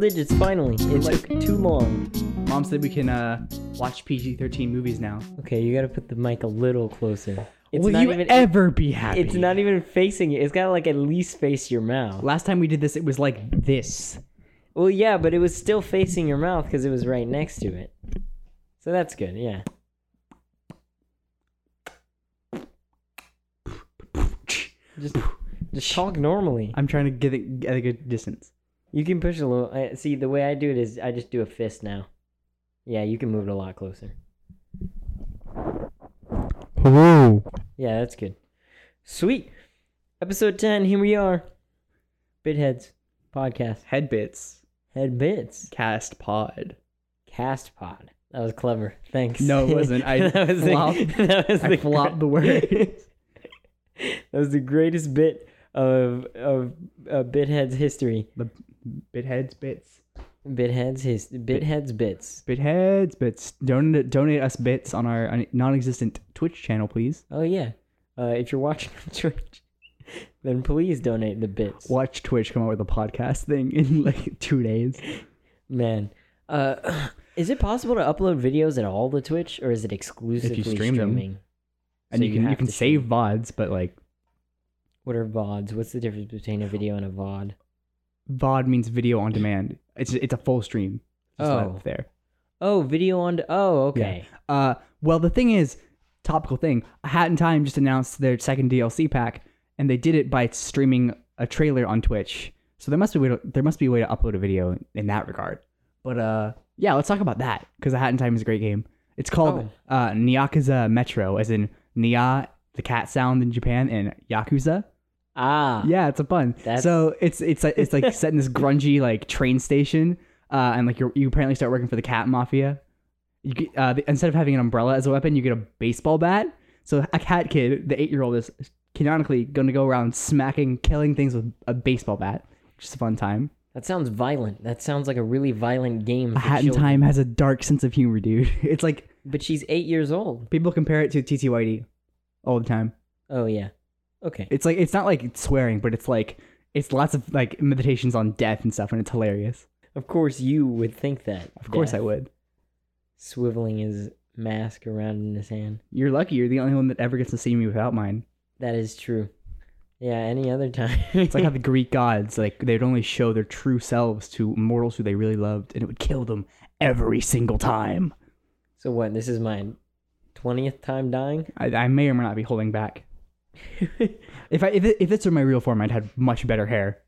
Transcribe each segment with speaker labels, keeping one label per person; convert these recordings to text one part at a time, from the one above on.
Speaker 1: digits finally. It
Speaker 2: like-
Speaker 1: took too long.
Speaker 2: Mom said we can uh, watch PG 13 movies now.
Speaker 1: Okay, you gotta put the mic a little closer. It's
Speaker 2: Will
Speaker 1: not
Speaker 2: you
Speaker 1: even
Speaker 2: ever be happy?
Speaker 1: it's not even facing it. It's gotta like at least face your mouth.
Speaker 2: Last time we did this, it was like this.
Speaker 1: Well yeah, but it was still facing your mouth because it was right next to it. So that's good, yeah. Just just talk normally.
Speaker 2: I'm trying to get, it, get a good distance.
Speaker 1: You can push a little. I, see, the way I do it is I just do a fist now. Yeah, you can move it a lot closer.
Speaker 2: Hello.
Speaker 1: Yeah, that's good. Sweet. Episode 10, here we are. Bitheads podcast.
Speaker 2: Headbits.
Speaker 1: Head bits.
Speaker 2: Cast pod.
Speaker 1: Cast pod. That was clever. Thanks.
Speaker 2: No, it wasn't. I
Speaker 1: that was
Speaker 2: flopped-
Speaker 1: The, that was
Speaker 2: I
Speaker 1: the,
Speaker 2: flopped the word.
Speaker 1: that was the greatest bit of of uh, Bitheads history.
Speaker 2: The bitheads bits.
Speaker 1: Bitheads his Bitheads bits.
Speaker 2: Bitheads bits. Donate donate us bits on our on- non-existent Twitch channel, please.
Speaker 1: Oh yeah. Uh, if you're watching on Twitch, then please donate the bits.
Speaker 2: Watch Twitch come out with a podcast thing in like two days.
Speaker 1: Man, uh, is it possible to upload videos at all to Twitch, or is it exclusively
Speaker 2: stream them.
Speaker 1: streaming?
Speaker 2: And
Speaker 1: So
Speaker 2: you
Speaker 1: you
Speaker 2: can you
Speaker 1: have
Speaker 2: can
Speaker 1: to stream.
Speaker 2: save vods, but like
Speaker 1: What are vods? What's the difference between a video and a vod?
Speaker 2: vod means video on demand. It's it's a full stream. Just
Speaker 1: Oh.
Speaker 2: live there.
Speaker 1: Oh, video on. Oh, okay.
Speaker 2: Uh, well, the thing is, topical thing. Hat in Time just announced their second DLC pack, and they did it by streaming a trailer on Twitch. So there must be a way to, there must be a way to upload a video in that regard. But uh, yeah, let's talk about that because Hat in Time is a great game. It's called
Speaker 1: Oh.
Speaker 2: uh, Nyakaza Metro, as in Nya, the cat sound in Japan, and Yakuza.
Speaker 1: Ah,
Speaker 2: Yeah, it's a fun.
Speaker 1: That's-
Speaker 2: So it's it's like- it's like set in this grungy like train station, uh, and like you you apparently start working for the cat mafia. You get, uh, the, instead of having an umbrella as a weapon, you get a baseball bat. So a cat kid, the eight year old, is canonically going to go around smacking, killing things with a baseball bat, which is a fun time.
Speaker 1: that sounds violent. That sounds like a really violent game.
Speaker 2: A
Speaker 1: For
Speaker 2: Hat in
Speaker 1: children.
Speaker 2: Time has a dark sense of humor, dude. It's like
Speaker 1: But she's eight years old.
Speaker 2: people compare it to TTYD all the time.
Speaker 1: Oh yeah. Okay.
Speaker 2: It's like it's not like it's swearing, but it's like it's lots of like meditations on death and stuff, and it's hilarious.
Speaker 1: Of course, you would think that.
Speaker 2: Of course, I
Speaker 1: Death
Speaker 2: would.
Speaker 1: Swiveling his mask around in his hand.
Speaker 2: You're lucky. You're the only one that ever gets to see me without mine.
Speaker 1: That is true. Yeah. Any other time.
Speaker 2: It's like how the Greek gods, like they'd only show their true selves to mortals who they really loved, and it would kill them every single time.
Speaker 1: so what? This is my twentieth time dying.
Speaker 2: I, I may or may not be holding back. If I if, it, if this were my real form, I'd have much better hair.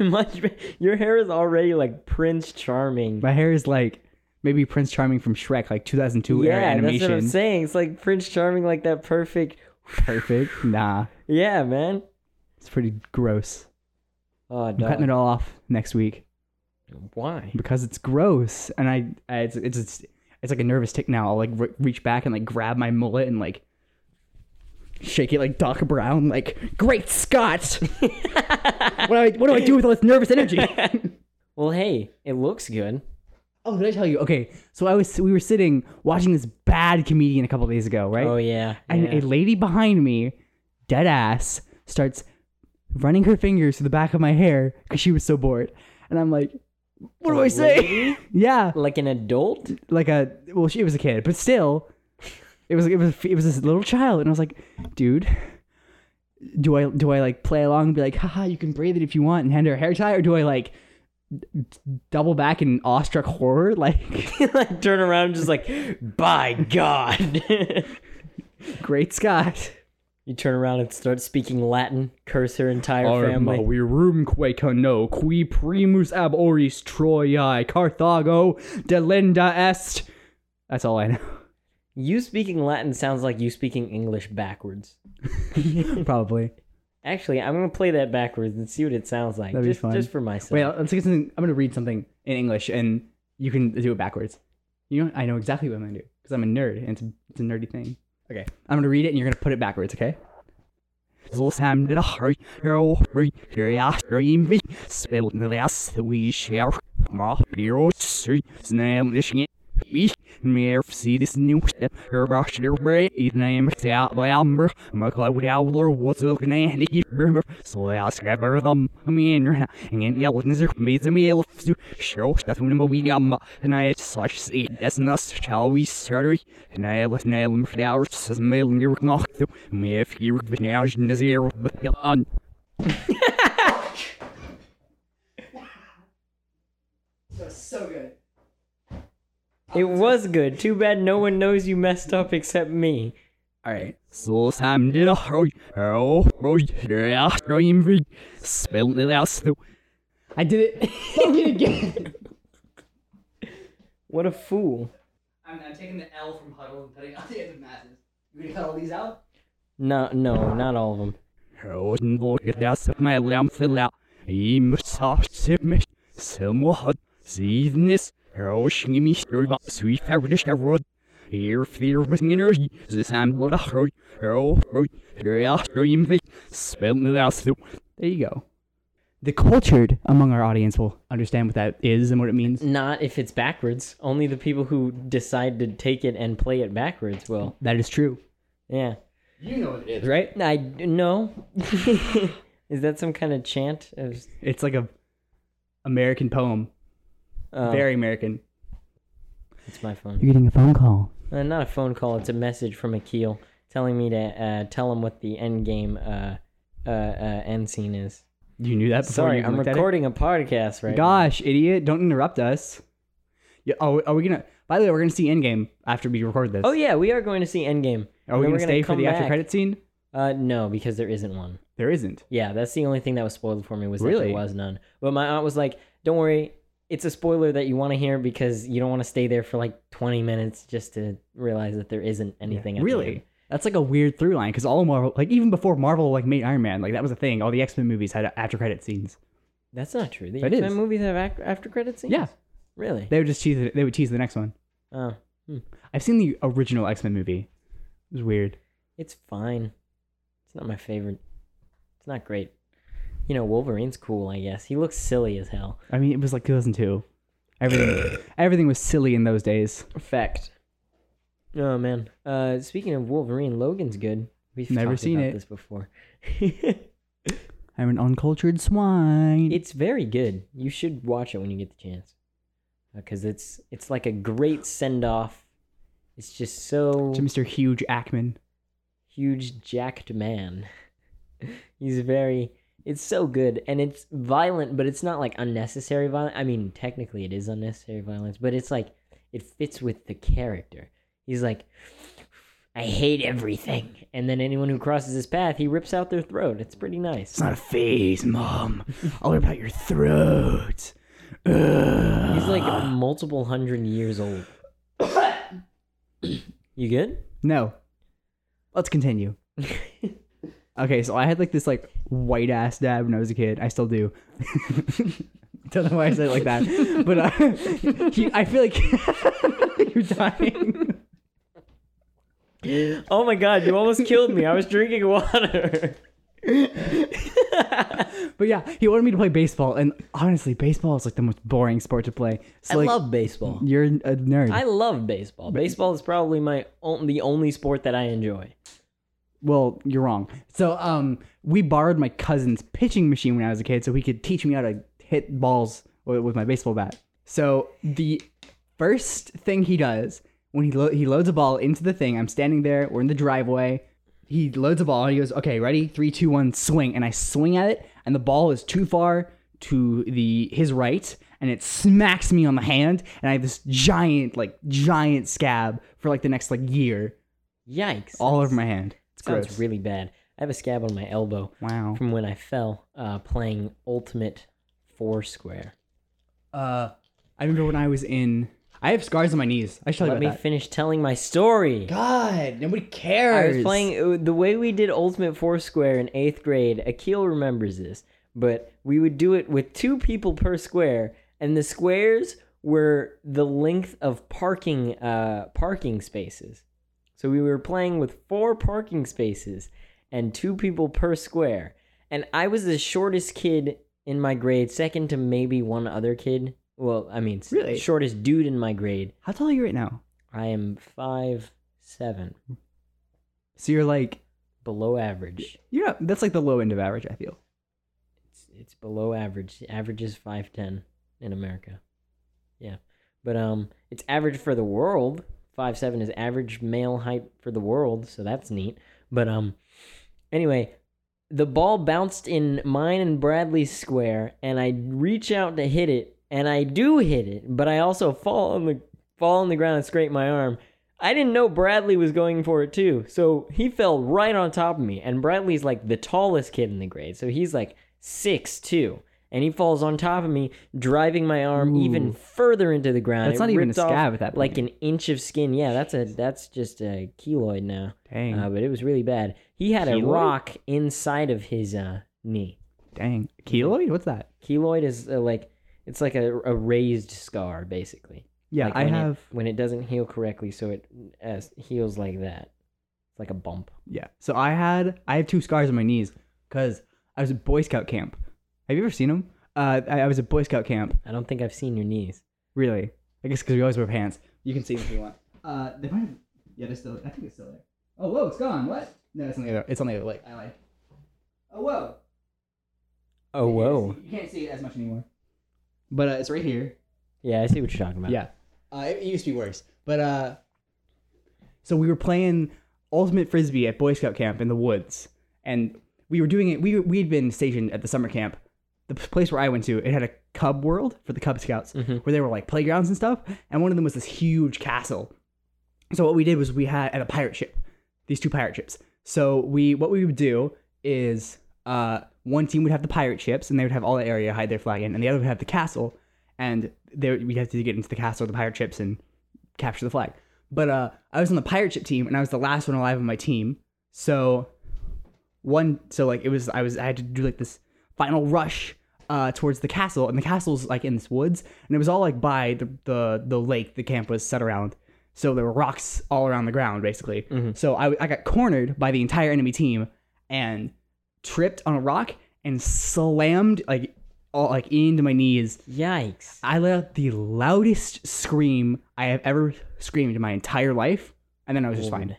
Speaker 1: Much. be- Your hair is already like Prince Charming.
Speaker 2: My hair is like maybe Prince Charming from Shrek, like 2002 era
Speaker 1: yeah, that's
Speaker 2: animation.
Speaker 1: what I'm saying. It's like Prince Charming, like that perfect.
Speaker 2: Perfect. Nah,
Speaker 1: Yeah, man.
Speaker 2: it's pretty gross.
Speaker 1: Oh,
Speaker 2: I'm cutting
Speaker 1: dog.
Speaker 2: it all off next week
Speaker 1: Why?
Speaker 2: because it's gross, and I, I it's, it's it's it's like a nervous tick now. I'll like re- reach back and like grab my mullet and like shake it like Doc Brown, like Great Scott! what do I what do I do with all this nervous energy?
Speaker 1: Well, hey, it looks good.
Speaker 2: oh, did I tell you? Okay, so I was we were sitting watching this bad comedian a couple days ago, right?
Speaker 1: Oh yeah.
Speaker 2: and
Speaker 1: yeah.
Speaker 2: a lady behind me, dead ass, starts running her fingers through the back of my hair because she was so bored, and I'm like, what do I say? yeah.
Speaker 1: like an adult.
Speaker 2: like a well she was a kid but still it was it was it was this little child and i was like dude do i do i like play along and be like haha you can braid it if you want and hand her a hair tie or do i like d- double back in awestruck horror like
Speaker 1: like turn around, and just like, by God.
Speaker 2: great scott
Speaker 1: you turn around and start speaking Latin. Curse her entire family.
Speaker 2: virumque no qui primus ab oris troiae carthago delenda est that's all i know
Speaker 1: You speaking Latin sounds like you speaking English backwards.
Speaker 2: probably
Speaker 1: Actually, I'm gonna play that backwards and see what it sounds like.
Speaker 2: That'd be
Speaker 1: just,
Speaker 2: fun.
Speaker 1: just for myself.
Speaker 2: Wait, let's get something. I'm gonna read something in English, and you can do it backwards. You know, I know exactly what I'm gonna do because I'm a nerd, and it's, it's a nerdy thing. Okay, I'm gonna read it, and you're gonna put it backwards. Okay. Ich mir see this new shit. Her brush your brain. His name is out by Amber. My cloud owler was a granny. Remember, so I scrabber them. I mean, and the elements are made to me. To show that when we am, and I such see as us shall we sorry. And I was nailing flowers as mail near knock to me if you were now in the zero but on.
Speaker 3: So good.
Speaker 1: It was good. Too bad no one knows you messed up except me.
Speaker 2: Alright. So Sam did a hurry. Oh, boy, yeah, I'm big. Spilled it out. so- I did it.
Speaker 1: What a fool.
Speaker 3: I'm, I'm taking the L from Huddle and putting it on the end of Masses. You gonna cut all these out?
Speaker 1: No, no, not all of them.
Speaker 2: Roden wurde das auf mein Lärm verlaut. Ihm sagte mich, Silmo hat Siednis, rauschen mich drüber, zu verwischter Rot. Hier vier bisschen Energie, zusammen wurde Rot, Rot, Rot, Rot, im Weg, spillen das so. There you go. The cultured among our audience will understand what that is and what it means.
Speaker 1: Not if it's backwards. Only the people who decide to take it and play it backwards will.
Speaker 2: That is true.
Speaker 1: Yeah.
Speaker 3: You know what it is.
Speaker 1: Right? I no. Is that some kind of chant? It was-
Speaker 2: It's like a American poem.
Speaker 3: Uh.
Speaker 1: oh,
Speaker 2: Very American.
Speaker 1: It's my phone.
Speaker 2: You're getting a phone call.
Speaker 1: Uh, not a phone call. It's a message from Akil telling me to uh, tell him what the end game uh, uh, uh, end scene is.
Speaker 2: You knew that before
Speaker 1: Sorry,
Speaker 2: you
Speaker 1: I'm
Speaker 2: looked at it?
Speaker 1: recording a podcast right now.
Speaker 2: Gosh, idiot! Don't interrupt us. Yeah. Oh, are we gonna? By the way, we're gonna see Endgame after we record this.
Speaker 1: Oh yeah, we are going to see Endgame.
Speaker 2: Are we
Speaker 1: Then
Speaker 2: gonna,
Speaker 1: we're
Speaker 2: stay for
Speaker 1: come
Speaker 2: the after
Speaker 1: back.
Speaker 2: credit scene?
Speaker 1: Uh, no, because there isn't one.
Speaker 2: There isn't.
Speaker 1: Yeah, that's the only thing that was spoiled for me was that
Speaker 2: Really?
Speaker 1: there was none. But my aunt was like, "Don't worry, it's a spoiler that you want to hear because you don't want to stay there for like 20 minutes just to realize that there isn't anything." at the end.
Speaker 2: Really? That's like a weird through line because all Marvel, like even before Marvel, like made Iron Man, like that was a thing. All the X Men movies had after credit scenes.
Speaker 1: That's not true. The
Speaker 2: That
Speaker 1: X-Men
Speaker 2: is.
Speaker 1: movies have ac- after credits scenes.
Speaker 2: Yeah,
Speaker 1: Really?
Speaker 2: they would just tease. It, they would tease the next one.
Speaker 1: Oh,
Speaker 2: I've seen the original X Men movie. It was weird.
Speaker 1: it's fine. It's not my favorite. It's not great. You know, Wolverine's cool. I guess he looks silly as hell.
Speaker 2: I mean, it was like 2002. Everything, everything was silly in those days.
Speaker 1: Fact. Oh man. Uh, speaking of Wolverine, Logan's good. We've
Speaker 2: Never
Speaker 1: talked
Speaker 2: seen
Speaker 1: about
Speaker 2: it.
Speaker 1: this before.
Speaker 2: I'm an uncultured swine.
Speaker 1: it's very good. You should watch it when you get the chance, because it's it's like a great send off. It's just so
Speaker 2: to Mr. Huge Ackman.
Speaker 1: huge, jacked man. He's very. It's so good, and it's violent, but it's not like unnecessary violence. I mean, technically, it is unnecessary violence, but it's like it fits with the character. He's like, I hate everything, and then anyone who crosses his path, he rips out their throat. It's pretty nice.
Speaker 2: It's not a phase, Mom. All about your throat. Ugh.
Speaker 1: He's like multiple hundred years old. you good?
Speaker 2: no. Let's continue. okay, so I had like this like white ass dad when I was a kid. I still do. Don't know why I said it like that, but uh, he- I feel like you're dying.
Speaker 1: Oh my god, you almost killed me. I was drinking water.
Speaker 2: But yeah, he wanted me to play baseball, and honestly, baseball is like the most boring sport to play. So, like,
Speaker 1: I love baseball.
Speaker 2: you're a nerd.
Speaker 1: I love baseball. Baseball is probably my on, the only sport that I enjoy.
Speaker 2: Well, you're wrong. So, um, we borrowed my cousin's pitching machine when I was a kid, so he could teach me how to hit balls wi- with my baseball bat. So the first thing he does when he lo- he loads a ball into the thing, I'm standing there. We're in the driveway. He loads a ball. And he goes, "Okay, ready? Three, two, one, swing!" And I swing at it, and the ball is too far to the his right, and it smacks me on the hand, and I have this giant, like giant scab for like the next like year,
Speaker 1: Yikes!
Speaker 2: all over my hand. It's
Speaker 1: sounds
Speaker 2: gross.
Speaker 1: really bad. I have a scab on my elbow
Speaker 2: Wow.
Speaker 1: from when I fell uh, playing Ultimate Foursquare.
Speaker 2: Uh, I remember when I was in. I have scars on my knees. I should tell
Speaker 1: Let
Speaker 2: you
Speaker 1: me
Speaker 2: about
Speaker 1: finish telling my story.
Speaker 2: that. God, nobody
Speaker 1: I
Speaker 2: cares.
Speaker 1: was playing uh, the way we did Ultimate Foursquare in eighth grade. Akil remembers this, but we would do it with two people per square, and the squares were the length of parking uh, parking spaces. So we were playing with four parking spaces and two people per square, and I was the shortest kid in my grade, second to maybe one other kid Well, I mean, s-
Speaker 2: Really?
Speaker 1: shortest dude in my grade.
Speaker 2: How tall are you right now?
Speaker 1: I am five seven,
Speaker 2: So you're like
Speaker 1: below average.
Speaker 2: you're not, that's like the low end of average. I feel.
Speaker 1: It's it's below average. Average is five ten in America. Yeah, but um, it's average for the world. Five seven is average male height for the world, so that's neat. But um, anyway, the ball bounced in mine and Bradley's square, and I reach out to hit it, and I do hit it, but I also fall on the fall on the ground and scrape my arm. I didn't know Bradley was going for it too, so he fell right on top of me. And Bradley's like the tallest kid in the grade, so he's like six two, and he falls on top of me, driving my arm even
Speaker 2: Ooh.
Speaker 1: further into the ground.
Speaker 2: That's
Speaker 1: It
Speaker 2: not even a
Speaker 1: ripped off
Speaker 2: scab at that point.
Speaker 1: Like an inch of skin. Yeah, that's a that's just a keloid now.
Speaker 2: dang,
Speaker 1: Uh, but it was really bad. He had a
Speaker 2: Keloid?
Speaker 1: rock inside of his uh, knee.
Speaker 2: dang, keloid. What's that?
Speaker 1: Keloid is uh, like it's like a, a raised scar, basically.
Speaker 2: Yeah,
Speaker 1: Like,
Speaker 2: I
Speaker 1: when it-
Speaker 2: have.
Speaker 1: when it doesn't heal correctly, so it uh, heals like that. It's like a bump.
Speaker 2: Yeah, so I had I have two scars on my knees because I was at Boy Scout camp. Have you ever seen them? Uh, I, I was at Boy Scout camp.
Speaker 1: I don't think I've seen your knees.
Speaker 2: Really? I guess because we always wear pants. You can see them if you want. Uh, they might. Have, yeah, they're still. I think it's still there. Oh whoa, it's gone. What? No, it's on the other. It's on the other leg. I lied. Oh whoa.
Speaker 1: Oh
Speaker 2: You can't see- You can't see it as much anymore. But uh, it's right here.
Speaker 1: Yeah, I see what you're talking about.
Speaker 2: Yeah. Uh, it, it used to be worse. But uh so we were playing ultimate frisbee at Boy Scout camp in the woods and we were doing it we we'd been stationed at the summer camp. The p- place where I went to, it had a cub world for the cub scouts where there were like playgrounds and stuff and one of them was this huge castle. So what we did was we had at a pirate ship, these two pirate ships. So we what we would do is uh one team would have the pirate ships and they would have all the area hide their flag in and the other would have the castle and there we'd have to get into the castle of the pirate ships and capture the flag. But uh, I was on the pirate ship team, and I was the last one alive on my team. So one, so like it was, I was, I had to do like this final rush uh, towards the castle, and the castle's like in this woods, and it was all like by the the, the lake the camp was set around. So there were rocks all around the ground, basically. So I, I got cornered by the entire enemy team and tripped on a rock and slammed like all like into my knees
Speaker 1: Yikes.
Speaker 2: I let out the loudest scream I have ever screamed in my entire life, and then I was just fine.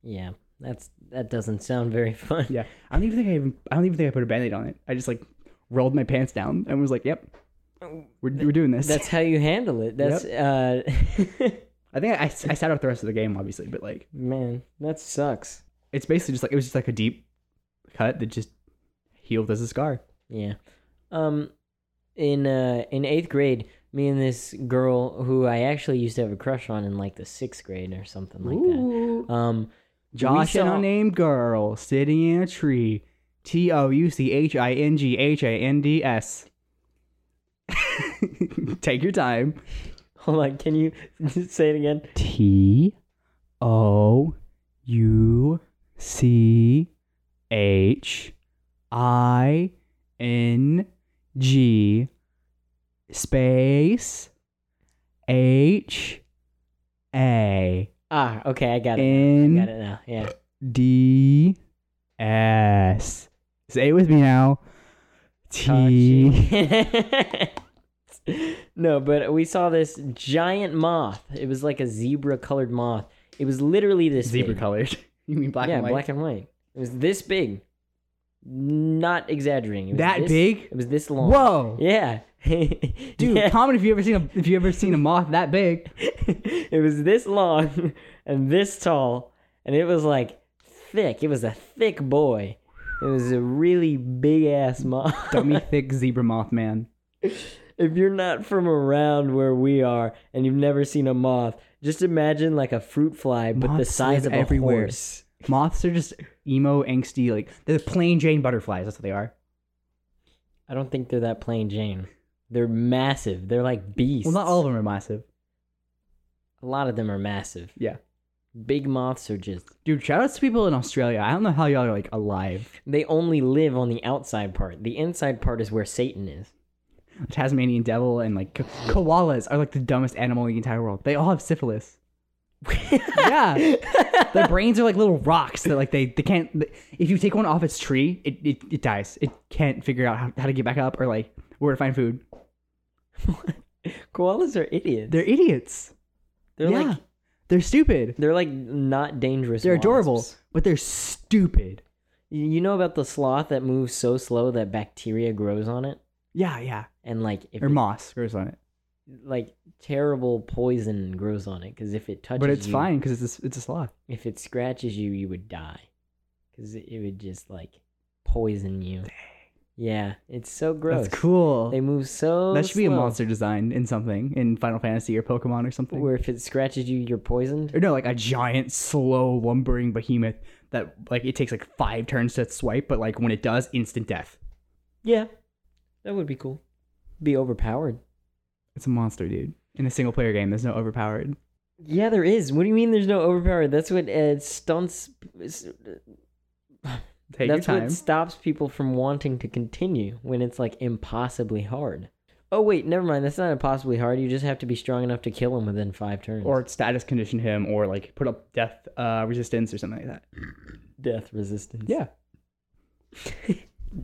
Speaker 1: Yeah, that's that doesn't sound very fun.
Speaker 2: Yeah, I don't even think I even I don't even think I put a band-aid on it. I just like rolled my pants down and was like, "Yep, we're, we're doing this."
Speaker 1: That's how you handle it. That's uh,
Speaker 2: I think I, I sat out the rest of the game, obviously, but like
Speaker 1: man, that sucks.
Speaker 2: it's basically just like it was just like a deep cut that just healed as a scar.
Speaker 1: Yeah. Um in uh in 8th grade, me and this girl who I actually used to have a crush on in like the 6th grade or something like
Speaker 2: Ooh.
Speaker 1: that. Um
Speaker 2: Josh,
Speaker 1: we
Speaker 2: an
Speaker 1: saw-
Speaker 2: unnamed girl sitting in a tree. T O U C H I N G H A N D S. Take your time.
Speaker 1: Hold on, can you say it again?
Speaker 2: T O U C H I N G space H A
Speaker 1: Ah, okay, I got it. I got
Speaker 2: N
Speaker 1: it now. Yeah.
Speaker 2: D S. Say it with me now.
Speaker 1: Oh,
Speaker 2: T.
Speaker 1: Touching. no, but we saw this giant moth. It was like a zebra colored moth. It was literally this
Speaker 2: Zebra
Speaker 1: big.
Speaker 2: colored. You mean black
Speaker 1: yeah,
Speaker 2: and white?
Speaker 1: black and white. It was this big. Not exaggerating. It was
Speaker 2: That
Speaker 1: this-
Speaker 2: big?
Speaker 1: It was this long.
Speaker 2: Whoa,
Speaker 1: Yeah. Dude,
Speaker 2: dude! Comment if you ever seen a if you ever seen a moth that big.
Speaker 1: it was this long and this tall, and it was like thick. It was a thick boy. It was a really big ass moth.
Speaker 2: dummy thick zebra moth man.
Speaker 1: if you're not from around where we are and you've never seen a moth, just imagine like a fruit fly, but the
Speaker 2: Moths
Speaker 1: size
Speaker 2: live
Speaker 1: of a
Speaker 2: everywhere.
Speaker 1: horse.
Speaker 2: Moths are just emo, angsty, like they're the plain Jane butterflies. That's what they are.
Speaker 1: I don't think they're that plain Jane. They're massive. They're like beasts.
Speaker 2: Well, not all of them are massive.
Speaker 1: A lot of them are massive.
Speaker 2: Yeah,
Speaker 1: Big moths are just.
Speaker 2: dude. Shout outs to people in Australia. I don't know how y'all are like alive.
Speaker 1: They only live on the outside part. The inside part is where Satan is.
Speaker 2: Tasmanian devil and like ko- koalas are like the dumbest animal in the entire world. They all have syphilis. yeah, their brains are like little rocks that like they they can't. they- If you take one off its tree, it it, it dies. It can't figure out how, how to get back up or like where to find food.
Speaker 1: Koalas are idiots.
Speaker 2: They're idiots.
Speaker 1: They're
Speaker 2: yeah.
Speaker 1: like
Speaker 2: They're stupid.
Speaker 1: they're like not dangerous.
Speaker 2: They're adorable,
Speaker 1: wasps.
Speaker 2: but they're stupid.
Speaker 1: You you know about the sloth that moves so slow that bacteria grows on it,
Speaker 2: Yeah, yeah.
Speaker 1: and like if
Speaker 2: Or
Speaker 1: it-
Speaker 2: moss grows on it,
Speaker 1: like terrible poison grows on it because if it touches,
Speaker 2: but it's
Speaker 1: you,
Speaker 2: fine because it's a, it's a sloth.
Speaker 1: If it scratches you, you would die because it, it would just like poison you. Yeah, it's so gross.
Speaker 2: That's cool.
Speaker 1: They move so.
Speaker 2: that should be a
Speaker 1: slow.
Speaker 2: monster design in something in Final Fantasy or Pokemon or something.
Speaker 1: Where if it scratches you, you're poisoned.
Speaker 2: or no, like a giant, slow, lumbering behemoth that like it takes like five turns to swipe, but like when it does, instant death.
Speaker 1: Yeah, that would be cool. Be overpowered.
Speaker 2: It's a monster, dude. In a single player game, there's no overpowered.
Speaker 1: Yeah, there is. What do you mean? There's no overpowered. That's what uh, stunts.
Speaker 2: Take
Speaker 1: that's
Speaker 2: your time.
Speaker 1: what stops people from wanting to continue when it's like impossibly hard. Oh wait, never mind. That's not impossibly hard. You just have to be strong enough to kill him within five turns.
Speaker 2: Or status condition him, or like put up death uh, resistance or something like that.
Speaker 1: death resistance.
Speaker 2: Yeah,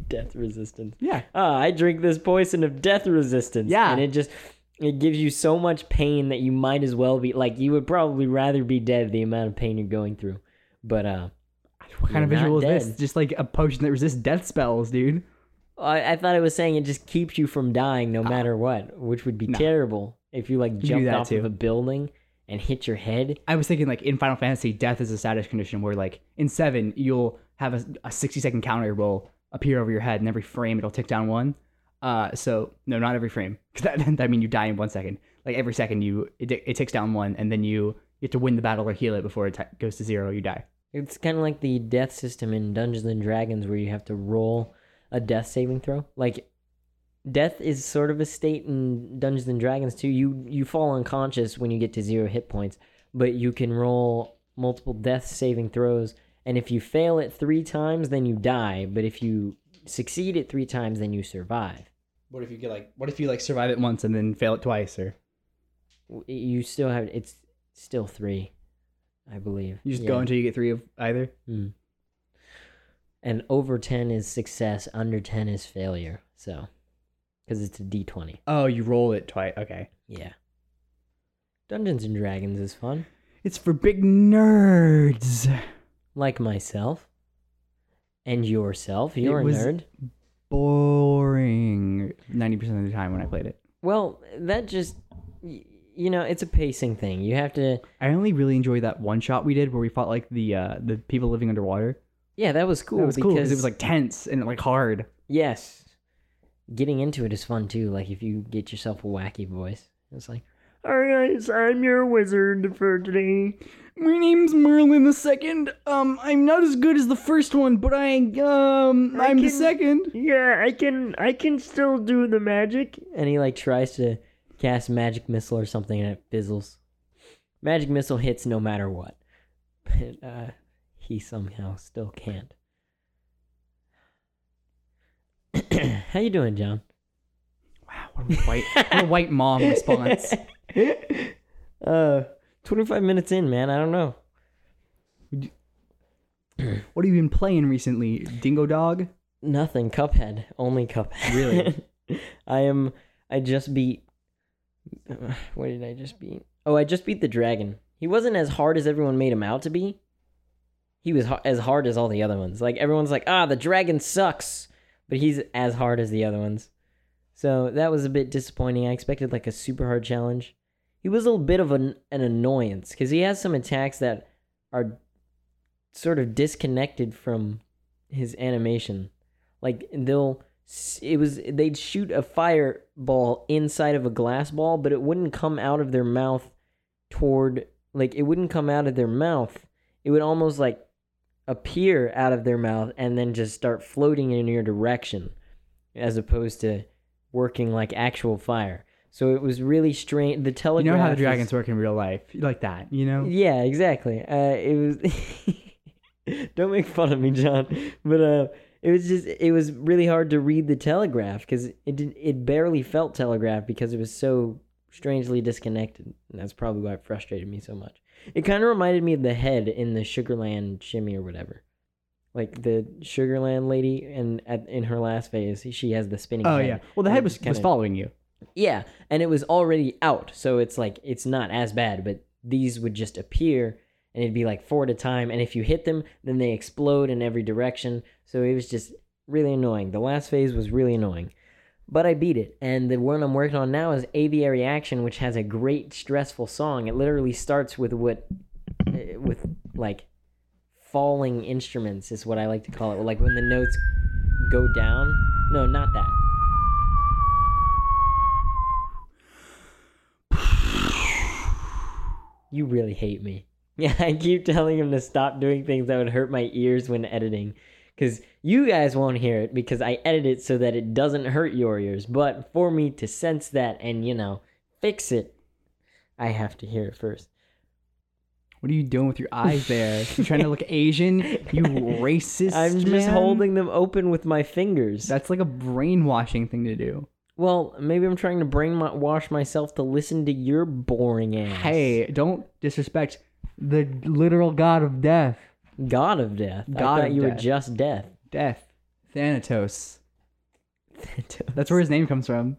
Speaker 1: death resistance.
Speaker 2: yeah.
Speaker 1: Ah, I drink this poison of death resistance.
Speaker 2: Yeah.
Speaker 1: and it just it gives you so much pain that you might as well be like you would probably rather be dead the amount of pain you're going through. But uh,
Speaker 2: What kind of
Speaker 1: You're
Speaker 2: visual
Speaker 1: not
Speaker 2: is this?
Speaker 1: dead.
Speaker 2: Just like a potion that resists death spells, dude.
Speaker 1: I, I thought it was saying it just keeps you from dying no matter what, which would be
Speaker 2: Ah. no.
Speaker 1: terrible if you like jumped
Speaker 2: that
Speaker 1: off
Speaker 2: too.
Speaker 1: of a building and hit your head.
Speaker 2: I was thinking like in Final Fantasy, death is a status condition where like in seven you'll have a, a sixty second counter will appear over your head, and every frame it'll tick down one. Uh, so no, not every frame. 'Cause that that mean you die in one second. Like every second you it, tick- it ticks down one, and then you you have to win the battle or heal it before it ti goes to zero. You die.
Speaker 1: It's kind of like the death system in Dungeons and Dragons where you have to roll a death saving throw. Like death is sort of a state in Dungeons and Dragons too. You you fall unconscious when you get to zero hit points, but you can roll multiple death saving throws and if you fail it 3 times then you die, but if you succeed it 3 times then you survive.
Speaker 2: What if you get like what if you like survive it once and then fail it twice, or
Speaker 1: w- you still have it's still three, I believe.
Speaker 2: you just
Speaker 1: Yeah.
Speaker 2: go until you get three of either?
Speaker 1: Mm. And over ten is success, under ten is failure. So, because it's a D twenty.
Speaker 2: Oh, you roll it twice. Okay,
Speaker 1: Yeah. Dungeons and Dragons is fun,
Speaker 2: it's for big nerds.
Speaker 1: like myself. And yourself,
Speaker 2: It
Speaker 1: you're
Speaker 2: was-
Speaker 1: a nerd.
Speaker 2: Boring. Ninety percent of the time when I played it.
Speaker 1: Well, that just y- you know, it's a pacing thing. You have to.
Speaker 2: I only really enjoyed that one shot we did where we fought like the uh, the people living underwater.
Speaker 1: Yeah, that was cool.
Speaker 2: It was cool because
Speaker 1: because
Speaker 2: it was like tense and like hard.
Speaker 1: Yes. Getting into it is fun too. Like if you get yourself a wacky voice, it's like, "All right, I'm your wizard for today."
Speaker 2: My name's Merlin the second. Um, I'm not as good as the first one, but I um
Speaker 1: I
Speaker 2: I'm the
Speaker 1: can-
Speaker 2: second.
Speaker 1: Yeah, I can, I can still do the magic. And he like tries to cast magic missile or something, and it fizzles. Magic missile hits no matter what, but uh, he somehow still can't. How you doing, John?
Speaker 2: Wow, what a white what a white mom response.
Speaker 1: uh, 25 minutes in, man. I don't know.
Speaker 2: What have you been playing recently? Dingo Dog?
Speaker 1: Nothing. Cuphead. Only Cuphead.
Speaker 2: Really?
Speaker 1: I am. I just beat. What did I just beat? Oh, I just beat the dragon. He wasn't as hard as everyone made him out to be. He was ha- as hard as all the other ones. Like everyone's like, ah, the dragon sucks, but he's as hard as the other ones. So that was a bit disappointing. I expected like a super hard challenge. He was a little bit of an an annoyance because he has some attacks that are sort of disconnected from his animation. Like they'll s- it was they'd shoot a fireball inside of a glass ball, but it wouldn't come out of their mouth toward like it wouldn't come out of their mouth. It would almost like appear out of their mouth and then just start floating in your direction as opposed to working like actual fire. So it was really strange. The
Speaker 2: You
Speaker 1: telegraph
Speaker 2: know how the
Speaker 1: is-
Speaker 2: dragons work in real life, like that. You know.
Speaker 1: yeah, exactly. Uh, it was. Don't make fun of me, John. But uh, it was just it was really hard to read the telegraph because it did, it barely felt telegraph because it was so strangely disconnected. And that's probably why it frustrated me so much. It kind of reminded me of the head in the Sugarland shimmy or whatever. Like the Sugarland lady, and at, in her last phase, she has the spinning.
Speaker 2: Oh
Speaker 1: head.
Speaker 2: yeah. Well, the
Speaker 1: And
Speaker 2: head
Speaker 1: it
Speaker 2: was
Speaker 1: just
Speaker 2: was
Speaker 1: kinda-
Speaker 2: following you.
Speaker 1: Yeah, and it was already out, so it's like it's not as bad, but these would just appear and it'd be like four at a time, and if you hit them, then they explode in every direction. So it was just really annoying. The last phase was really annoying. But I beat it, and the one I'm working on now is Aviary Action, which has a great stressful song. It literally starts with what eh, with like falling instruments is what I like to call it. Like when the notes go down. No, not that. You really hate me. Yeah, I keep telling him to stop doing things that would hurt my ears when editing. Because you guys won't hear it because I edit it so that it doesn't hurt your ears. But for me to sense that and, you know, fix it, I have to hear it first.
Speaker 2: What are you doing with your eyes there? You trying to look Asian? You racist.
Speaker 1: I'm just
Speaker 2: man.
Speaker 1: holding them open with my fingers.
Speaker 2: That's like a brainwashing thing to do.
Speaker 1: Well, maybe I'm trying to brainwash myself to listen to your boring ass.
Speaker 2: Hey, don't disrespect the literal god of death.
Speaker 1: God of death. I
Speaker 2: God
Speaker 1: thought
Speaker 2: of
Speaker 1: you were
Speaker 2: death.
Speaker 1: just death.
Speaker 2: Death. Thanatos. That's where his name comes from.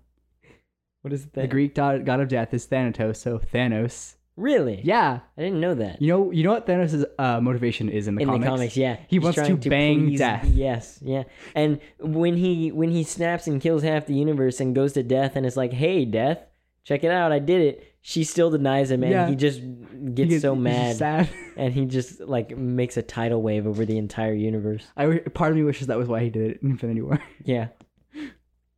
Speaker 1: what is that?
Speaker 2: The Greek god god of death is Thanatos, so Thanos.
Speaker 1: Really?
Speaker 2: Yeah.
Speaker 1: I didn't know that.
Speaker 2: You know you know what Thanos' uh, motivation is in the
Speaker 1: in
Speaker 2: comics?
Speaker 1: the comics, yeah.
Speaker 2: He wants to
Speaker 1: trying
Speaker 2: bang death.
Speaker 1: Yes, yeah. And when he when he snaps and kills half the universe and goes to death and is like, "Hey, death, check it out, I did it." She still denies him, and
Speaker 2: Yeah.
Speaker 1: he just
Speaker 2: He
Speaker 1: gets so
Speaker 2: he's
Speaker 1: mad,
Speaker 2: sad.
Speaker 1: and he just like makes a tidal wave over the entire universe.
Speaker 2: I w- part of me wishes that was why he did it in Infinity War.
Speaker 1: Yeah,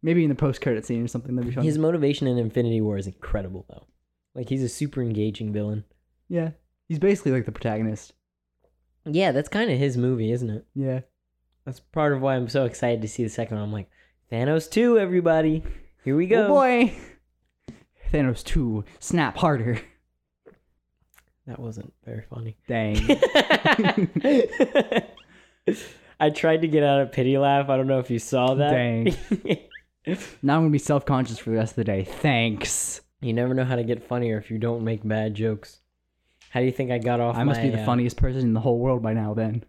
Speaker 2: Maybe in the post credit scene or something that'd be fun.
Speaker 1: his motivation in Infinity War is incredible, though. Like he's a super engaging villain.
Speaker 2: yeah. He's basically like the protagonist.
Speaker 1: Yeah, that's kind of his movie, isn't it?
Speaker 2: Yeah.
Speaker 1: That's part of why I'm so excited to see the second one. I'm like, Thanos two, everybody, here we go.
Speaker 2: Oh boy. Thanos 2, snap harder.
Speaker 1: That wasn't very funny.
Speaker 2: Dang.
Speaker 1: I tried to get out a pity laugh. I don't know if you saw that.
Speaker 2: Dang. now I'm going to be self conscious for the rest of the day. Thanks.
Speaker 1: you never know how to get funnier if you don't make bad jokes. How do you think I got off?
Speaker 2: I must
Speaker 1: my,
Speaker 2: be the
Speaker 1: uh,
Speaker 2: funniest person in the whole world by now, then.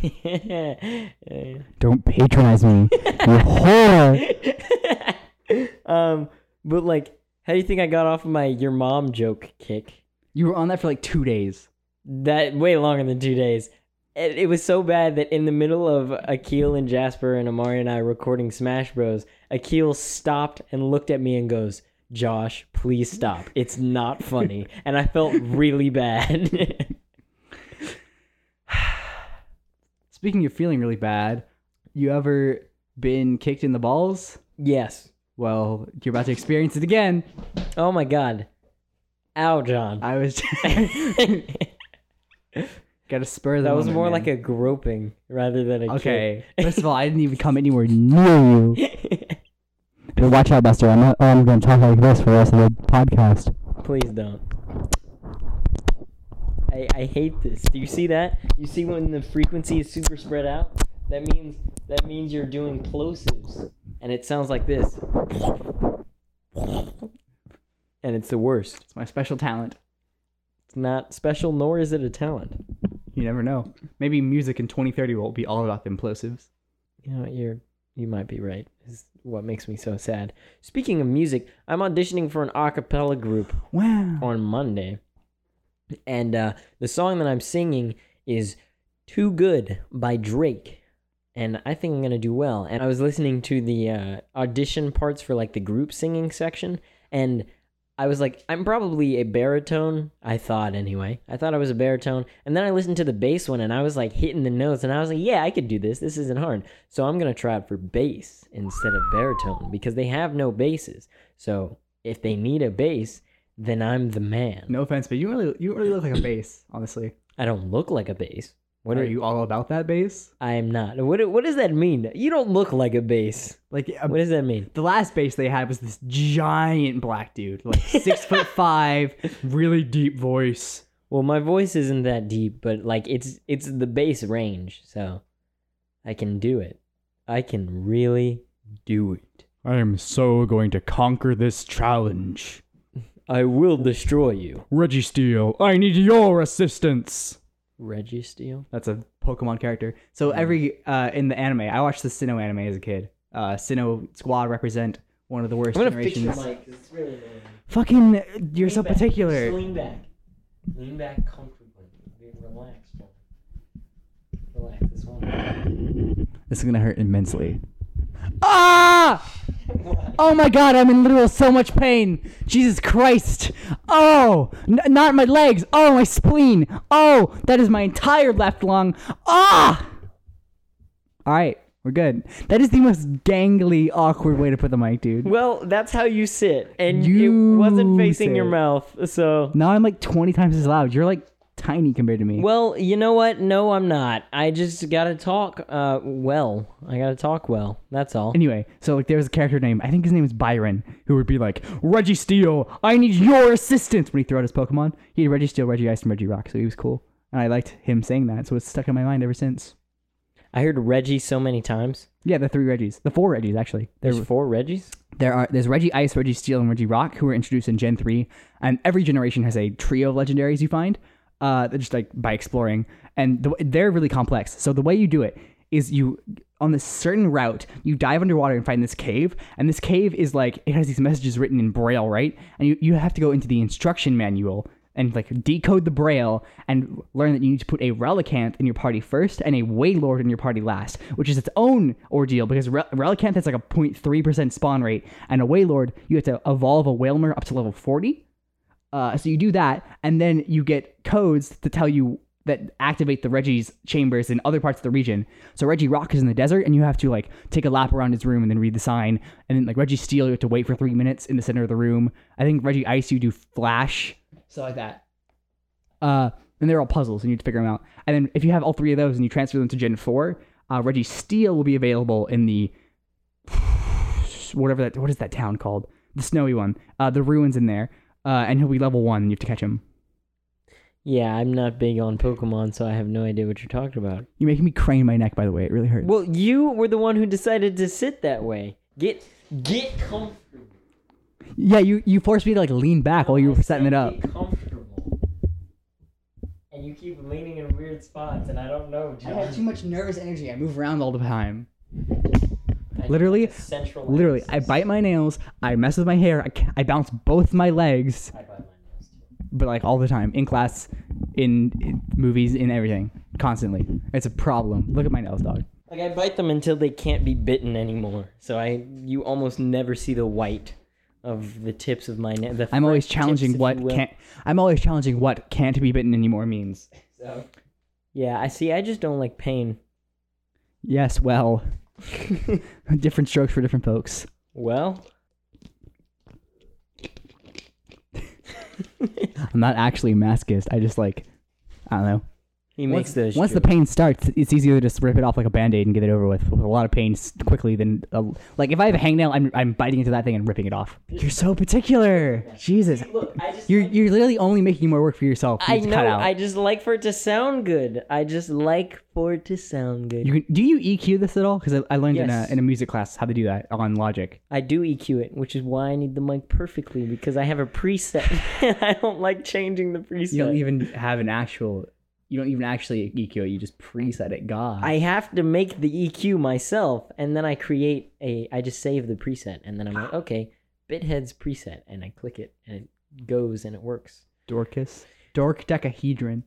Speaker 1: Yeah.
Speaker 2: Don't patronize me. you whore.
Speaker 1: um, but like, how do you think I got off my your mom joke kick?
Speaker 2: You were on that for like two days.
Speaker 1: that way longer than two days. It, it was so bad that in the middle of Akil and Jasper and Amari and I recording Smash Bros, Akil stopped and looked at me and goes, "Josh, please stop. It's not funny." and I felt really bad.
Speaker 2: Speaking of feeling really bad, you ever been kicked in the balls?
Speaker 1: yes.
Speaker 2: Well, you're about to experience it again.
Speaker 1: Oh my god. Ow, John.
Speaker 2: I was
Speaker 1: that
Speaker 2: gotta spur the
Speaker 1: was
Speaker 2: moment,
Speaker 1: more
Speaker 2: man.
Speaker 1: like a groping rather than a
Speaker 2: Okay. First of all, I didn't even come anywhere near you.
Speaker 1: kick.
Speaker 2: But watch out, Buster. I'm not, I'm going to talk like this for the rest of the podcast.
Speaker 1: Please don't. I, I hate this. Do you see that? You see when the frequency is super spread out? That means that means you're doing plosives. And it sounds like this. And it's the worst.
Speaker 2: It's my special talent.
Speaker 1: It's not special nor is it a talent.
Speaker 2: You never know. Maybe music in 2030 will be all about the implosives.
Speaker 1: You know, you're you might be right. Is what makes me so sad. Speaking of music, I'm auditioning for an a cappella group.
Speaker 2: Wow.
Speaker 1: on Monday. And uh, the song that I'm singing is Too Good by Drake. And I think I'm going to do well. And I was listening to the uh, audition parts for like the group singing section. And I was like, I'm probably a baritone. I thought anyway. I thought I was a baritone. And then I listened to the bass one and I was like hitting the notes. And I was like, yeah, I could do this. This isn't hard. So I'm going to try out for bass instead of baritone because they have no basses. So if they need a bass, then I'm the man.
Speaker 2: No offense, but you really you really look like a bass, honestly.
Speaker 1: I don't look like a bass. What
Speaker 2: What are you all about that bass?
Speaker 1: I am not. What What does that mean? You don't look like a bass.
Speaker 2: Like a-
Speaker 1: What does that mean?
Speaker 2: the last bass they had was this giant black dude, like six foot five, really deep voice.
Speaker 1: Well, my voice isn't that deep, but like it's it's the bass range, so I can do it. I can really do it.
Speaker 2: I am so going to conquer this challenge.
Speaker 1: I will destroy you,
Speaker 2: Reggie Steele, I need your assistance.
Speaker 1: Reggie Steele.
Speaker 2: That's a Pokemon character.
Speaker 1: Hmm.
Speaker 2: So every uh, in the anime, I watched the Sinnoh anime as a kid. Uh, Sinnoh Squad represent one of the worst
Speaker 1: I'm gonna fix your
Speaker 2: generations.
Speaker 1: mic 'cause it's really annoying.
Speaker 2: Fucking, you're
Speaker 1: Lean
Speaker 2: so
Speaker 1: back. Just
Speaker 2: particular.
Speaker 1: lean back. Lean back comfortably. Be relaxed. Relax. This one.
Speaker 2: This is gonna hurt immensely. Ah!
Speaker 1: Why?
Speaker 2: Oh my god, I'm in literal so much pain. Jesus Christ. Oh, n- not my legs. Oh, my spleen. Oh, that is my entire left lung. Ah! All right, we're good. That is the most gangly, awkward way to put the mic, dude.
Speaker 1: Well, that's how you sit, and
Speaker 2: You
Speaker 1: it wasn't facing your
Speaker 2: sit.
Speaker 1: mouth. So,
Speaker 2: Now I'm like 20 times as loud. You're like tiny compared to me.
Speaker 1: well, you know what? No, I'm not. I just gotta talk. Uh, well, I gotta talk well. That's all.
Speaker 2: Anyway, so like there was a character name, I think his name was Byron, who would be like, Reggie Steel, I need your assistance when he threw out his Pokemon. He had Reggie Steel, Reggie Ice, and Reggie Rock, so he was cool. And I liked him saying that, so it's stuck in my mind ever since.
Speaker 1: I heard Reggie so many times.
Speaker 2: Yeah, the three Reggies. The four Reggies actually. There
Speaker 1: There's four Reggies.
Speaker 2: there are there's Reggie Ice, Reggie Steel, and Reggie Rock who were introduced in Gen 3. And every generation has a trio of legendaries you find. Uh just like by exploring. And the, they're really complex. So the way you do it is you on this certain route, you dive underwater and find this cave, and this cave is like it has these messages written in braille, right? And you, you have to go into the instruction manual and like decode the braille and learn that you need to put a relicanth in your party first and a waylord in your party last which is its own ordeal because Re- relicanth has like a 0.3% spawn rate and a waylord you have to evolve a whalmer up to level 40 uh, so you do that and then you get codes to tell you that activate the reggie's chambers in other parts of the region so reggie rock is in the desert and you have to like take a lap around his room and then read the sign and then like reggie steel you have to wait for three minutes in the center of the room i think reggie ice you do flash stuff like that. Uh, and they're all puzzles, and you have to figure them out. And then if you have all three of those and you transfer them to Gen Four, uh, Reggie Steel will be available in the whatever that what is that town called? The snowy one, uh, the ruins in there, uh, and he'll be level one. And you have to catch him.
Speaker 1: Yeah, I'm not big on Pokemon, so I have no idea what you're talking about.
Speaker 2: You're making me crane my neck, by the way. It really hurts.
Speaker 1: Well, you were the one who decided to sit that way. Get get comfortable.
Speaker 2: yeah, you you forced me to like lean back while you were setting it up.
Speaker 1: Get comfortable. And you keep leaning in weird spots, and I don't know.
Speaker 2: I have
Speaker 1: John.
Speaker 2: too much nervous energy. I move around all the time.
Speaker 1: I need
Speaker 2: Literally-
Speaker 1: a central.
Speaker 2: Literally, I
Speaker 1: axis.
Speaker 2: bite my nails. I mess with my hair. I, ca- I bounce both my legs.
Speaker 1: I bite my nails too.
Speaker 2: but like all the time in class in, in movies in everything constantly it's a problem look at my nails dog
Speaker 1: Like I bite them until they can't be bitten anymore. So I, you almost never see the white of the tips of my nail. the
Speaker 2: i'm always
Speaker 1: front tips,
Speaker 2: challenging
Speaker 1: if you
Speaker 2: what
Speaker 1: will.
Speaker 2: can't i'm always challenging what can't be bitten anymore means
Speaker 1: So, yeah, I see. I just don't like pain.
Speaker 2: yes well different strokes for different folks
Speaker 1: Well,
Speaker 2: i'm not actually a masochist i just like i don't know
Speaker 1: he
Speaker 2: once,
Speaker 1: makes those.
Speaker 2: once the
Speaker 1: jokes.
Speaker 2: pain starts it's easier to just rip it off like a band-aid and get it over with with a lot of pain s- quickly than a, like if i have a hangnail I'm, I'm biting into that thing and ripping it off you're so particular jesus
Speaker 1: Look, I just
Speaker 2: You're you're literally only making more work for yourself. You
Speaker 1: I
Speaker 2: need to
Speaker 1: know.
Speaker 2: cut out.
Speaker 1: I just like for it to sound good. I just like for it to sound good.
Speaker 2: you can, do you EQ this at all? Because I, I learned in
Speaker 1: Yes.
Speaker 2: a in a music class how to do that on Logic.
Speaker 1: I do EQ it, which is why I need the mic perfectly because I have a preset. I don't like changing the preset.
Speaker 2: You don't even have an actual. You don't even actually EQ it. You just preset it. God.
Speaker 1: I have to make the EQ myself, and then I create a. I just save the preset, and then I'm like, okay, Bithead's preset, and I click it, and it goes, and it works.
Speaker 2: Dorcas. Dork decahedron.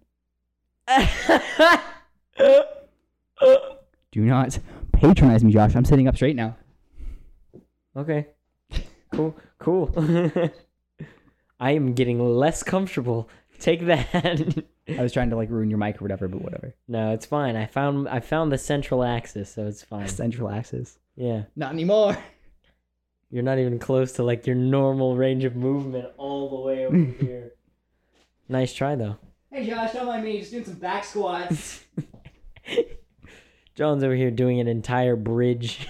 Speaker 2: Do not patronize me, Josh. I'm sitting up straight now.
Speaker 1: okay, cool, cool. I am getting less comfortable. Take that.
Speaker 2: I was trying to like ruin your mic or whatever, but whatever.
Speaker 1: no, it's fine. I found I found the central axis, so it's fine.
Speaker 2: Central axis.
Speaker 1: Yeah,
Speaker 2: Not anymore.
Speaker 1: you're not even close to like your normal range of movement all the way over here. Nice try though.
Speaker 3: Hey Josh, don't mind me, just doing some back squats.
Speaker 1: John's over here doing an entire bridge.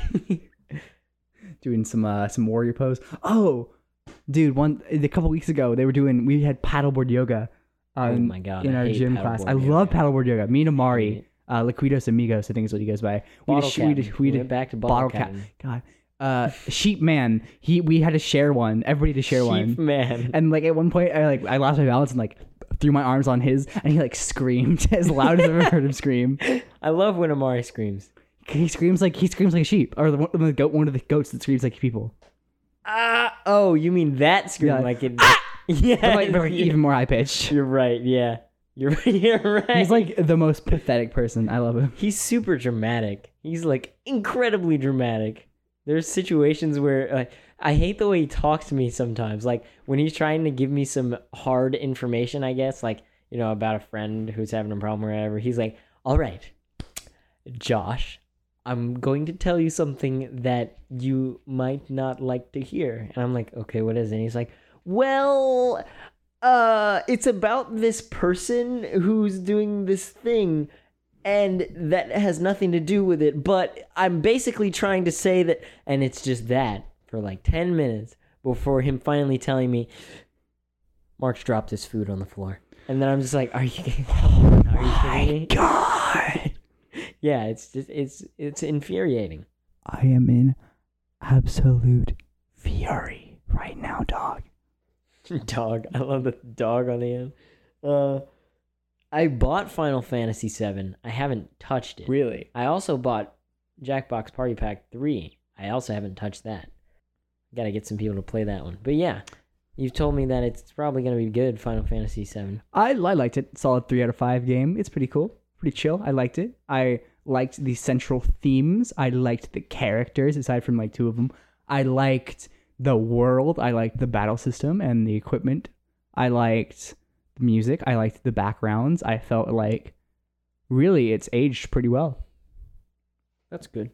Speaker 2: doing some uh, some warrior pose. Oh, dude, one a couple weeks ago they were doing we had paddleboard yoga. Um,
Speaker 1: Oh my God,
Speaker 2: In
Speaker 1: I
Speaker 2: our
Speaker 1: hate
Speaker 2: gym class,
Speaker 1: paddleboard
Speaker 2: I love
Speaker 1: yoga.
Speaker 2: paddleboard yoga. Me
Speaker 1: Hate
Speaker 2: and Amari, uh, Liquidos Amigos, I think is what he goes by. We
Speaker 1: Bottle
Speaker 2: just we
Speaker 1: captain.
Speaker 2: just we
Speaker 1: We
Speaker 2: did
Speaker 1: went back to
Speaker 2: bottle
Speaker 1: bottle
Speaker 2: cat.
Speaker 1: captain.
Speaker 2: God, uh, sheep man. He we had to share one. Everybody to share
Speaker 1: Sheep
Speaker 2: one.
Speaker 1: man.
Speaker 2: And like at one point, I like I lost my balance and like threw my arms on his, and he like screamed as loud as I've ever heard him scream.
Speaker 1: I love when Amari screams.
Speaker 2: He screams like he screams like a sheep, or the one, the goat, one of the goats that screams like people.
Speaker 1: ah, oh, you mean that scream?
Speaker 2: Yeah. Ah!
Speaker 1: Like it? Yeah,
Speaker 2: But like, but like
Speaker 1: yeah.
Speaker 2: even more high pitched.
Speaker 1: You're right. Yeah, you're you're right.
Speaker 2: He's like the most pathetic person. I love him.
Speaker 1: he's super dramatic. He's like incredibly dramatic. There's situations where uh, I hate the way he talks to me sometimes. Like when he's trying to give me some hard information, I guess, like you know about a friend who's having a problem or whatever. He's like, "All right, Josh, I'm going to tell you something that you might not like to hear." And I'm like, "Okay, what is it?" And he's like, "Well, uh, it's about this person who's doing this thing." and that has nothing to do with it but i'm basically trying to say that and it's just that for like 10 minutes before him finally telling me mark's dropped his food on the floor and then i'm just like are you kidding, are you kidding me
Speaker 2: God,
Speaker 1: yeah it's just it's it's infuriating
Speaker 2: I am in absolute fury right now, dog.
Speaker 1: dog i love the dog on the end uh i bought final fantasy 7 i haven't touched it
Speaker 2: Really?
Speaker 1: I also bought Jackbox Party Pack 3. I also haven't touched that. Got to get some people to play that one. But yeah, you've told me that it's probably going to be good Final Fantasy 7.
Speaker 2: I, I liked it. Solid three out of five game. It's pretty cool. Pretty chill. I liked it. I liked the central themes. I liked the characters, aside from like two of them. I liked the world. I liked the battle system and the equipment. I liked the music. I liked the backgrounds. I felt like really it's aged pretty well.
Speaker 1: That's good.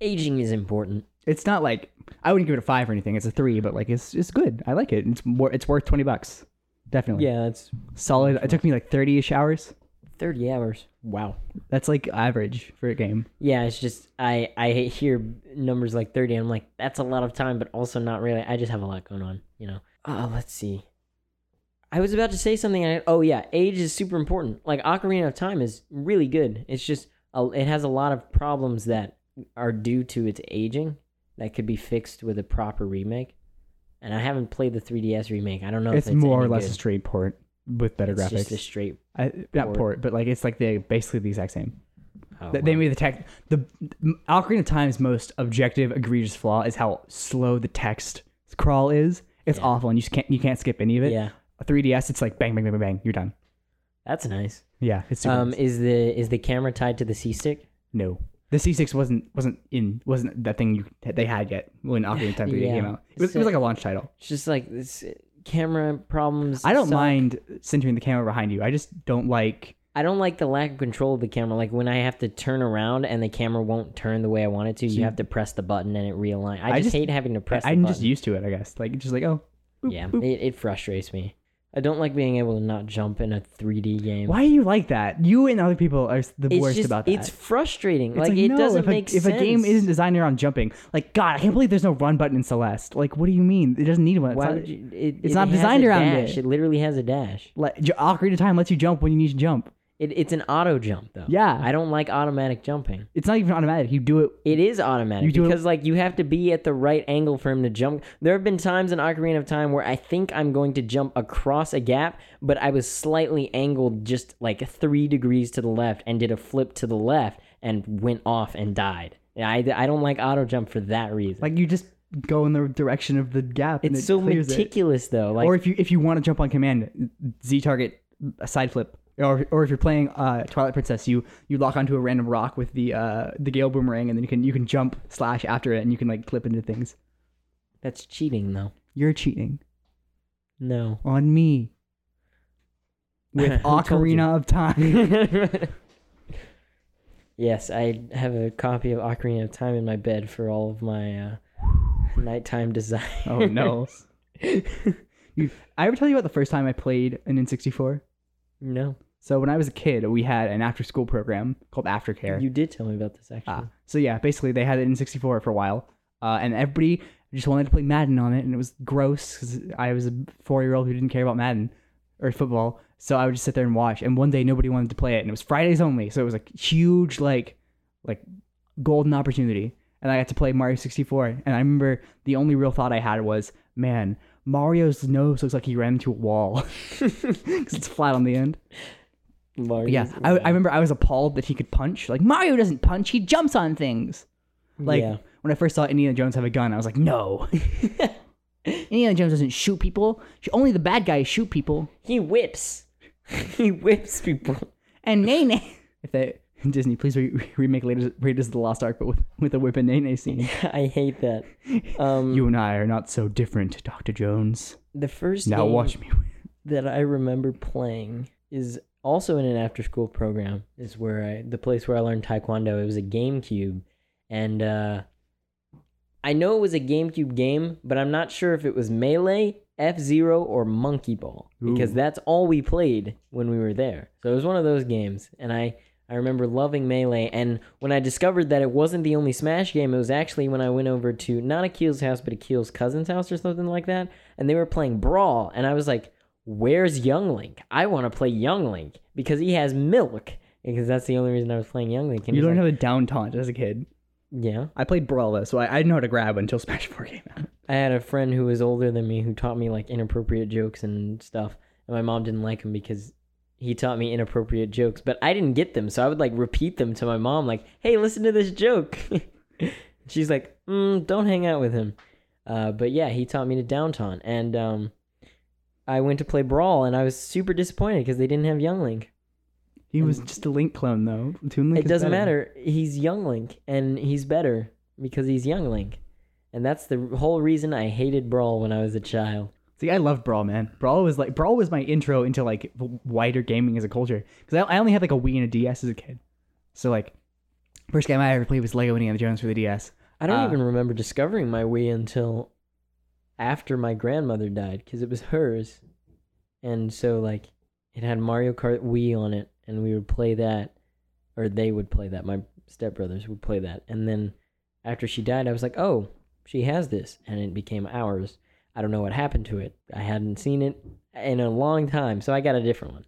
Speaker 1: Aging is important.
Speaker 2: It's not like I wouldn't give it a five or anything. It's a three, but like it's it's good. I like it. It's more. It's worth twenty bucks. Definitely.
Speaker 1: Yeah, that's
Speaker 2: Solid. It took me like thirty ish hours.
Speaker 1: 30 hours. Wow.
Speaker 2: That's like average for a game.
Speaker 1: Yeah, it's just I I hear numbers like 30 and I'm like that's a lot of time but also not really. I just have a lot going on, you know. Uh, let's see. I was about to say something and I, oh yeah, age is super important. Like Ocarina of Time is really good. It's just a, it has a lot of problems that are due to its aging that could be fixed with a proper remake. And I haven't played the 3DS remake. I don't know
Speaker 2: it's,
Speaker 1: if Oh, it's
Speaker 2: more
Speaker 1: any
Speaker 2: or less a
Speaker 1: good.
Speaker 2: straight port with better
Speaker 1: It's
Speaker 2: graphics.
Speaker 1: just a straight
Speaker 2: I, not
Speaker 1: port.
Speaker 2: port. but like it's like they basically the exact same.
Speaker 1: oh,
Speaker 2: Th-
Speaker 1: wow.
Speaker 2: They made the text. The m- Ocarina of Time's most objective, egregious flaw is how slow the text crawl is. It's
Speaker 1: Yeah.
Speaker 2: awful, and you just can't you can't skip any of it.
Speaker 1: Yeah.
Speaker 2: 3DS, it's like bang bang bang bang bang, you're done.
Speaker 1: That's nice.
Speaker 2: Yeah, it's super.
Speaker 1: Um
Speaker 2: nice.
Speaker 1: is the is the camera tied to the C stick?
Speaker 2: no, the C6 wasn't wasn't in wasn't that thing you that they had yet when Ocarina of Time 3D
Speaker 1: Yeah.
Speaker 2: came out. It was, it
Speaker 1: So-
Speaker 2: was like a launch title.
Speaker 1: It's just like this uh, camera problems.
Speaker 2: I don't
Speaker 1: suck.
Speaker 2: mind centering the camera behind you. I just don't like
Speaker 1: I don't like the lack of control of the camera. Like when I have to turn around and the camera won't turn the way I want it to, you
Speaker 2: you-
Speaker 1: have to press the button and it realigns. I,
Speaker 2: I
Speaker 1: just,
Speaker 2: just-
Speaker 1: hate having to press.
Speaker 2: I'm
Speaker 1: the
Speaker 2: just
Speaker 1: button.
Speaker 2: used to it, I guess. Like just like oh, boop,
Speaker 1: yeah,
Speaker 2: boop.
Speaker 1: It, it frustrates me. I don't like being able to not jump in a 3D game.
Speaker 2: Why are you like that? You and other people are the
Speaker 1: It's
Speaker 2: worst
Speaker 1: just
Speaker 2: about that.
Speaker 1: it's frustrating. like, it
Speaker 2: no,
Speaker 1: doesn't
Speaker 2: if a,
Speaker 1: make
Speaker 2: if
Speaker 1: sense.
Speaker 2: a game isn't designed around jumping, like God, I can't believe there's no run button in Celeste. Like, what do you mean? It doesn't need one. It's
Speaker 1: why
Speaker 2: not-
Speaker 1: would you, it,
Speaker 2: it's
Speaker 1: it
Speaker 2: not
Speaker 1: has
Speaker 2: designed
Speaker 1: a
Speaker 2: around
Speaker 1: dash.
Speaker 2: it.
Speaker 1: It literally has a dash.
Speaker 2: like, J- Ocarina of Time lets you jump when you need to jump.
Speaker 1: It, it's an auto jump though.
Speaker 2: Yeah.
Speaker 1: I don't like automatic jumping.
Speaker 2: It's not even automatic. You do it.
Speaker 1: It is automatic
Speaker 2: You do it-
Speaker 1: because like you have to be at the right angle for him to jump. There have been times in Ocarina of Time where I think I'm going to jump across a gap, but I was slightly angled just like three degrees to the left and did a flip to the left and went off and died. Yeah, I, I don't like auto jump for that reason.
Speaker 2: Like you just go in the direction of the gap. and
Speaker 1: it's
Speaker 2: it
Speaker 1: so
Speaker 2: clears it.
Speaker 1: meticulous though. Like
Speaker 2: or if you if you want to jump on command, Z target a side flip, or or if you're playing uh, Twilight Princess, you you lock onto a random rock with the uh, the Gale boomerang, and then you can you can jump slash after it, and you can like clip into things.
Speaker 1: that's cheating though.
Speaker 2: You're cheating
Speaker 1: No.
Speaker 2: on me with
Speaker 1: Who told
Speaker 2: Ocarina of Time.
Speaker 1: yes, I have a copy of Ocarina of Time in my bed for all of my uh, nighttime desires.
Speaker 2: oh no! You- I ever tell you about the first time I played an N64?
Speaker 1: No.
Speaker 2: So when I was a kid, we had an after school program called Aftercare.
Speaker 1: You did tell me about this actually.
Speaker 2: Ah, so yeah, basically they had it in 64 for a while, uh, and everybody just wanted to play Madden on it, and it was gross because I was a four-year-old who didn't care about Madden or football. So I would just sit there and watch. And one day nobody wanted to play it, and it was Fridays only. So it was like huge, like, like golden opportunity. And I got to play Mario 64. And I remember the only real thought I had was, man, Mario's nose looks like he ran into a wall because it's flat on the end.
Speaker 1: Mario.
Speaker 2: But yeah, I, I remember I was appalled that he could punch. Like Mario doesn't punch; he jumps on things. Like
Speaker 1: Yeah.
Speaker 2: when I first saw Indiana Jones have a gun, I was like, "No, Indiana Jones doesn't shoot people. Only the bad guys shoot people.
Speaker 1: He whips. he whips people.
Speaker 2: And Nene. If they Disney, please re- re- remake Raiders, Raiders of the Lost Ark, but with, with a whip and Nene scene.
Speaker 1: I hate that. Um,
Speaker 2: You and I are not so different, Doctor Jones.
Speaker 1: the first
Speaker 2: Now
Speaker 1: game
Speaker 2: watch me.
Speaker 1: that I remember playing is also in an after-school program. Is where I, the place where I learned Taekwondo. It was a GameCube, and uh, I know it was a GameCube game, but I'm not sure if it was Melee, F Zero, or Monkey Ball because
Speaker 2: Ooh.
Speaker 1: that's all we played when we were there. So it was one of those games, and I. I remember loving Melee, and when I discovered that it wasn't the only Smash game, it was actually when I went over to not Akil's house, but Akil's cousin's house or something like that, and they were playing Brawl, and I was like, "Where's Young Link? I want to play Young Link because he has milk." Because that's the only reason I was playing Young Link. And
Speaker 2: You
Speaker 1: he's
Speaker 2: learned how
Speaker 1: like,
Speaker 2: to down taunt as a kid.
Speaker 1: yeah.
Speaker 2: I played Brawl though, so I, I didn't know how to grab until Smash 4 came out.
Speaker 1: I had a friend who was older than me who taught me like inappropriate jokes and stuff, and my mom didn't like him because he taught me inappropriate jokes, but I didn't get them, so I would like repeat them to my mom, like, "Hey, listen to this joke." She's like, mm, "Don't hang out with him," uh, but yeah, he taught me to downtown, and um, I went to play brawl, and I was super disappointed because they didn't have Young Link.
Speaker 2: He was just a Link clone though. Toon Link
Speaker 1: It
Speaker 2: is
Speaker 1: doesn't
Speaker 2: better.
Speaker 1: matter. He's Young Link, and he's better because he's Young Link, and that's the whole reason I hated brawl when I was a child.
Speaker 2: See, I love Brawl, man. Brawl was like Brawl was my intro into like w- wider gaming as a culture because I, I only had like a Wii and a DS as a kid. So like, first game I ever played was Lego Indiana Jones for the DS.
Speaker 1: I don't
Speaker 2: Uh,
Speaker 1: even remember discovering my Wii until after my grandmother died because it was hers. And so, like, it had Mario Kart Wii on it, and we would play that, or they would play that. My stepbrothers would play that. And then after she died, I was like, oh, she has this. And it became ours. I don't know what happened to it. I hadn't seen it in a long time, so I got a different one.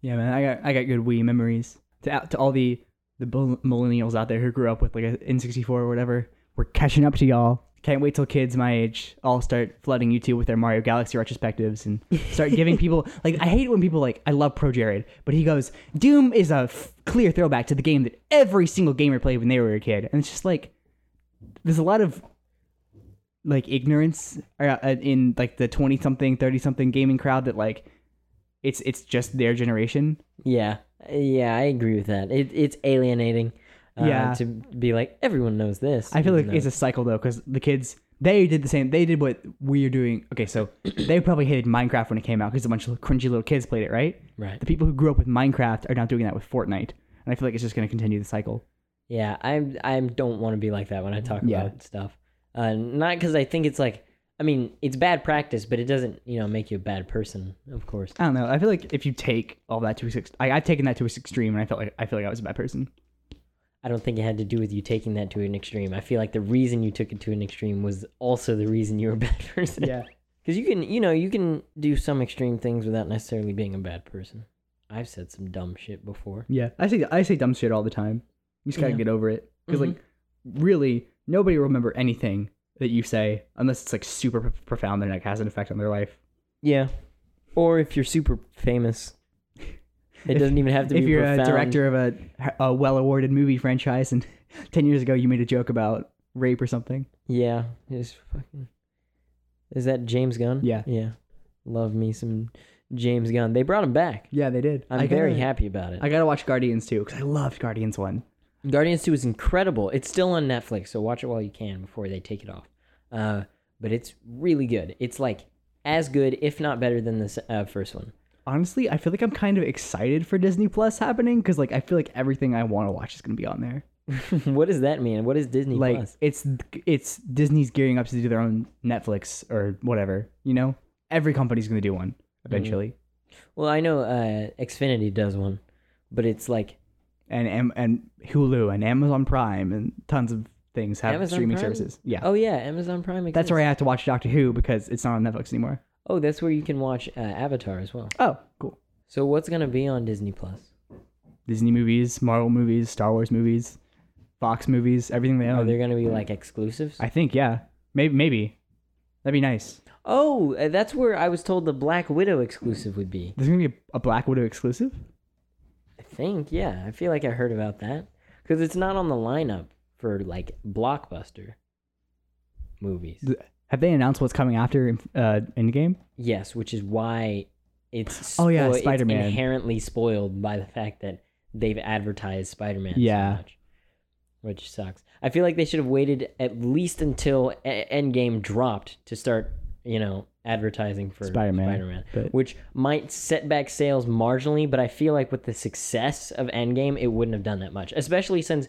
Speaker 2: Yeah, man, I got I got good Wii memories. To out to all the the bu- millennials out there who grew up with like an N64 or whatever, we're catching up to y'all. Can't wait till kids my age all start flooding YouTube with their Mario Galaxy retrospectives and start giving people like I hate when people like I love Pro Jared, but he goes Doom is a f- clear throwback to the game that every single gamer played when they were a kid, and it's just like there's a lot of like ignorance uh, in like the 20 something 30 something gaming crowd that like it's it's just their generation
Speaker 1: Yeah. Yeah, I agree with that. It, it's alienating. Uh,
Speaker 2: Yeah.
Speaker 1: To be like, everyone knows this.
Speaker 2: I feel like
Speaker 1: even though-
Speaker 2: it's a cycle though, because the kids they did the same. They did what we are doing. Okay, so they probably hated Minecraft when it came out because a bunch of cringy little kids played it, right?
Speaker 1: Right.
Speaker 2: The people who grew up with Minecraft are now doing that with Fortnite, and I feel like it's just going to continue the cycle.
Speaker 1: Yeah, I'm. I don't want to be like that when I talk
Speaker 2: Yeah.
Speaker 1: about stuff. Uh, not because I think it's like. I mean, it's bad practice, but it doesn't, you know, make you a bad person. Of course.
Speaker 2: I don't know. I feel like if you take all that to its ex- I, I've taken that to its extreme, and I felt like I feel like I was a bad person.
Speaker 1: I don't think it had to do with you taking that to an extreme. I feel like the reason you took it to an extreme was also the reason you were a bad person. Because you can, you know, you can do some extreme things without necessarily being a bad person. I've said some dumb shit before.
Speaker 2: yeah. I say I say dumb shit all the time. You just gotta
Speaker 1: Yeah. Mm-hmm.
Speaker 2: get over it because like really nobody will remember anything that you say unless it's like super pro- profound and like has an effect on their life.
Speaker 1: Yeah. Or if you're super famous, it doesn't even have to
Speaker 2: if
Speaker 1: be
Speaker 2: you're a
Speaker 1: profound.
Speaker 2: director of a, a well-awarded movie franchise and 10 years ago you made a joke about rape or something
Speaker 1: Yeah, it's fucking. Is that James Gunn?
Speaker 2: Yeah.
Speaker 1: yeah. Love me some James Gunn. They brought him back.
Speaker 2: yeah they did
Speaker 1: I'm very happy about it.
Speaker 2: i gotta watch guardians too because i loved guardians 1
Speaker 1: Guardians Two is incredible. It's still on Netflix, so watch it while you can before they take it off. Uh, but it's really good. It's like as good, if not better, than the s- uh, first one.
Speaker 2: honestly i feel like i'm kind of excited for disney plus happening because like i feel like everything i want to watch is gonna be on there
Speaker 1: what does that mean? What is Disney
Speaker 2: like
Speaker 1: Plus?
Speaker 2: it's it's disney's gearing up to do their own netflix or whatever you know every company's gonna do one eventually
Speaker 1: Mm-hmm. Well, I know uh, Xfinity does one, but it's like
Speaker 2: and, and and hulu and amazon prime and tons of things have
Speaker 1: Amazon
Speaker 2: streaming
Speaker 1: Prime?
Speaker 2: services yeah
Speaker 1: oh yeah, Amazon Prime. Exists.
Speaker 2: That's where I have to watch Doctor Who because it's not on Netflix anymore.
Speaker 1: Oh, that's where you can watch uh, Avatar as well.
Speaker 2: Oh, cool.
Speaker 1: So what's gonna be on Disney Plus?
Speaker 2: Disney movies, Marvel movies, Star Wars movies, Fox movies, everything they
Speaker 1: Are
Speaker 2: own.
Speaker 1: there going to be like exclusives?
Speaker 2: I think, yeah. Maybe, maybe. That'd be nice.
Speaker 1: oh, uh, that's where I was told the Black Widow exclusive would be.
Speaker 2: There's gonna be a, a Black Widow exclusive.
Speaker 1: I think, yeah. I feel like I heard about that because it's not on the lineup for like blockbuster movies.
Speaker 2: Th- Have they announced what's coming after uh, Endgame?
Speaker 1: Yes, which is why it's
Speaker 2: Oh, yeah,
Speaker 1: spo- it's
Speaker 2: Spider-Man.
Speaker 1: inherently spoiled by the fact that they've advertised Spider Man so
Speaker 2: Yeah.
Speaker 1: much, which sucks. I feel like they should have waited at least until e- Endgame dropped to start, you know, advertising for
Speaker 2: Spider-Man,
Speaker 1: Spider-Man,
Speaker 2: but-
Speaker 1: which might set back sales marginally, but I feel like with the success of Endgame, it wouldn't have done that much, especially since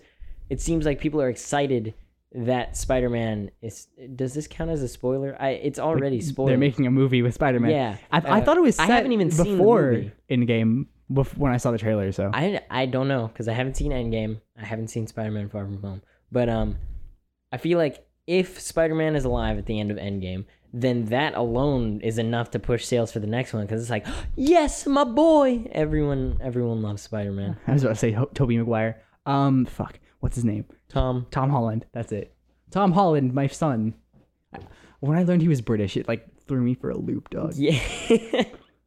Speaker 1: it seems like people are excited. That Spider-Man is does this count as a spoiler? I it's already spoiled.
Speaker 2: They're making a movie with Spider Man.
Speaker 1: Yeah,
Speaker 2: I, I
Speaker 1: uh,
Speaker 2: thought it was.
Speaker 1: I
Speaker 2: set
Speaker 1: haven't even seen the
Speaker 2: before
Speaker 1: movie.
Speaker 2: Endgame bef- when I saw the trailer. So
Speaker 1: I I don't know because I haven't seen Endgame. I haven't seen Spider Man Far From Home. But um, I feel like if Spider Man is alive at the end of Endgame, then that alone is enough to push sales for the next one because it's like, yes, my boy. Everyone everyone loves Spider Man.
Speaker 2: I was about to say Ho- Toby Maguire. Um, fuck, what's his name?
Speaker 1: Tom.
Speaker 2: Tom Holland. That's it. Tom Holland, my son. When I learned he was British, it like threw me for a loop, dog.
Speaker 1: Yeah.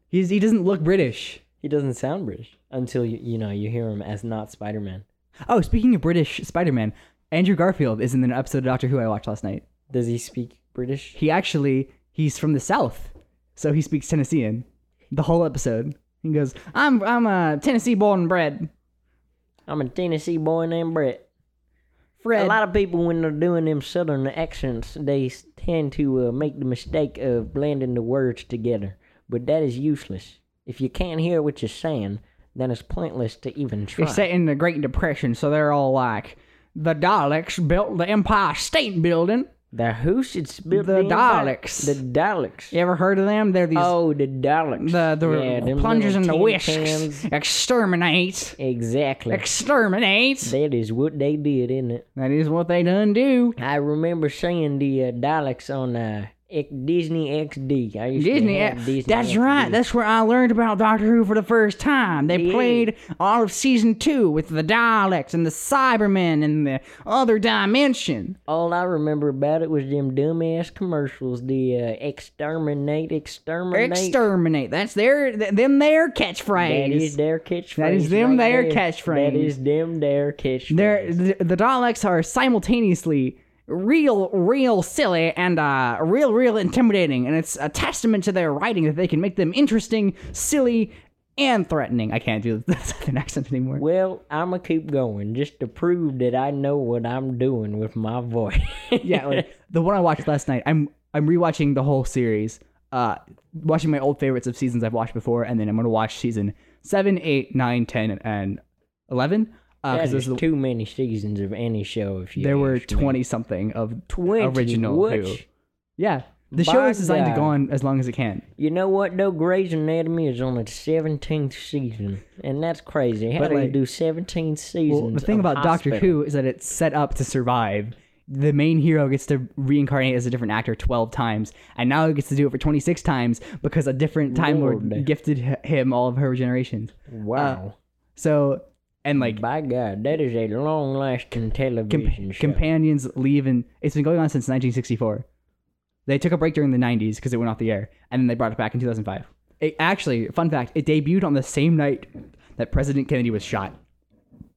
Speaker 2: He's he doesn't look British.
Speaker 1: he doesn't sound British until you you know you hear him as not Spider Man.
Speaker 2: Oh, speaking of British Spider-Man, Andrew Garfield is in an episode of Doctor Who I watched last night.
Speaker 1: Does he speak British?
Speaker 2: He actually he's from the South, so he speaks Tennessean. The whole episode, he goes, "I'm I'm a Tennessee born and bred."
Speaker 1: I'm a Tennessee boy named Brett.
Speaker 2: Fred.
Speaker 1: A lot of people, when they're doing them southern accents, they s- tend to uh, make the mistake of blending the words together. But that is useless. If you can't hear what you're saying, then it's pointless to even try.
Speaker 2: They're set in the Great Depression, so they're all like, "The Daleks built the Empire State Building."
Speaker 1: the who should spill
Speaker 2: The
Speaker 1: Empire-
Speaker 2: Daleks.
Speaker 1: The Daleks.
Speaker 2: You ever heard of them? They're these
Speaker 1: Oh, the Daleks.
Speaker 2: the the
Speaker 1: Yeah, them
Speaker 2: plungers
Speaker 1: little
Speaker 2: and the
Speaker 1: tin
Speaker 2: whisks.
Speaker 1: cans.
Speaker 2: Exterminate!
Speaker 1: Exactly.
Speaker 2: Exterminate!
Speaker 1: That is what they did, isn't it?
Speaker 2: that is what they done do.
Speaker 1: I remember seeing the uh, Daleks on uh, X- Disney XD. I used to
Speaker 2: Disney,
Speaker 1: have Disney
Speaker 2: that's
Speaker 1: XD.
Speaker 2: right. That's where I learned about Doctor Who for the first time. They
Speaker 1: Yeah.
Speaker 2: played all of season two with the Daleks and the Cybermen and the other dimension.
Speaker 1: All I remember about it was them dumbass commercials. The uh, exterminate, exterminate.
Speaker 2: Exterminate. That's their th- them their
Speaker 1: that is
Speaker 2: catchphrase.
Speaker 1: their catchphrase.
Speaker 2: That is them
Speaker 1: right
Speaker 2: their
Speaker 1: there.
Speaker 2: catchphrase.
Speaker 1: That is them their catchphrase.
Speaker 2: They're, th- the Daleks are simultaneously real, real silly and uh, real, real intimidating, and it's a testament to their writing that they can make them interesting, silly, and threatening. I can't do the Southern accent anymore.
Speaker 1: well, I'ma keep going just to prove that I know what I'm doing with my voice.
Speaker 2: yeah, like the one I watched last night. I'm I'm rewatching the whole series. Uh, watching my old favorites of seasons I've watched before, and then I'm gonna watch season seven, eight, nine, ten, and eleven. Uh,
Speaker 1: that
Speaker 2: because
Speaker 1: is
Speaker 2: those are the,
Speaker 1: too many seasons of any show. If you
Speaker 2: there were
Speaker 1: ask me.
Speaker 2: twenty something of
Speaker 1: 20
Speaker 2: original
Speaker 1: which,
Speaker 2: Who. Yeah, the show is designed to
Speaker 1: Bye,
Speaker 2: go
Speaker 1: guy.
Speaker 2: on as long as it can.
Speaker 1: You know what though? Grey's Anatomy is on its seventeenth season, and that's crazy. How
Speaker 2: But,
Speaker 1: do you
Speaker 2: like-
Speaker 1: do seventeen seasons?
Speaker 2: Well, the
Speaker 1: of
Speaker 2: thing about Doctor
Speaker 1: Hospital?
Speaker 2: Who is that it's set up to survive. The main hero gets to reincarnate as a different actor 12 times, and now he gets to do it for 26 times because a different Time Lord
Speaker 1: Lord.
Speaker 2: gifted h- him all of her generations.
Speaker 1: Wow.
Speaker 2: So, and like
Speaker 1: By God, that is a long lasting
Speaker 2: com-
Speaker 1: television show.
Speaker 2: companions leave, and it's been going on since 1964. They took a break during the 90s because it went off the air, and then they brought it back in 2005. It, actually, fun fact, it debuted on the same night that President Kennedy was shot.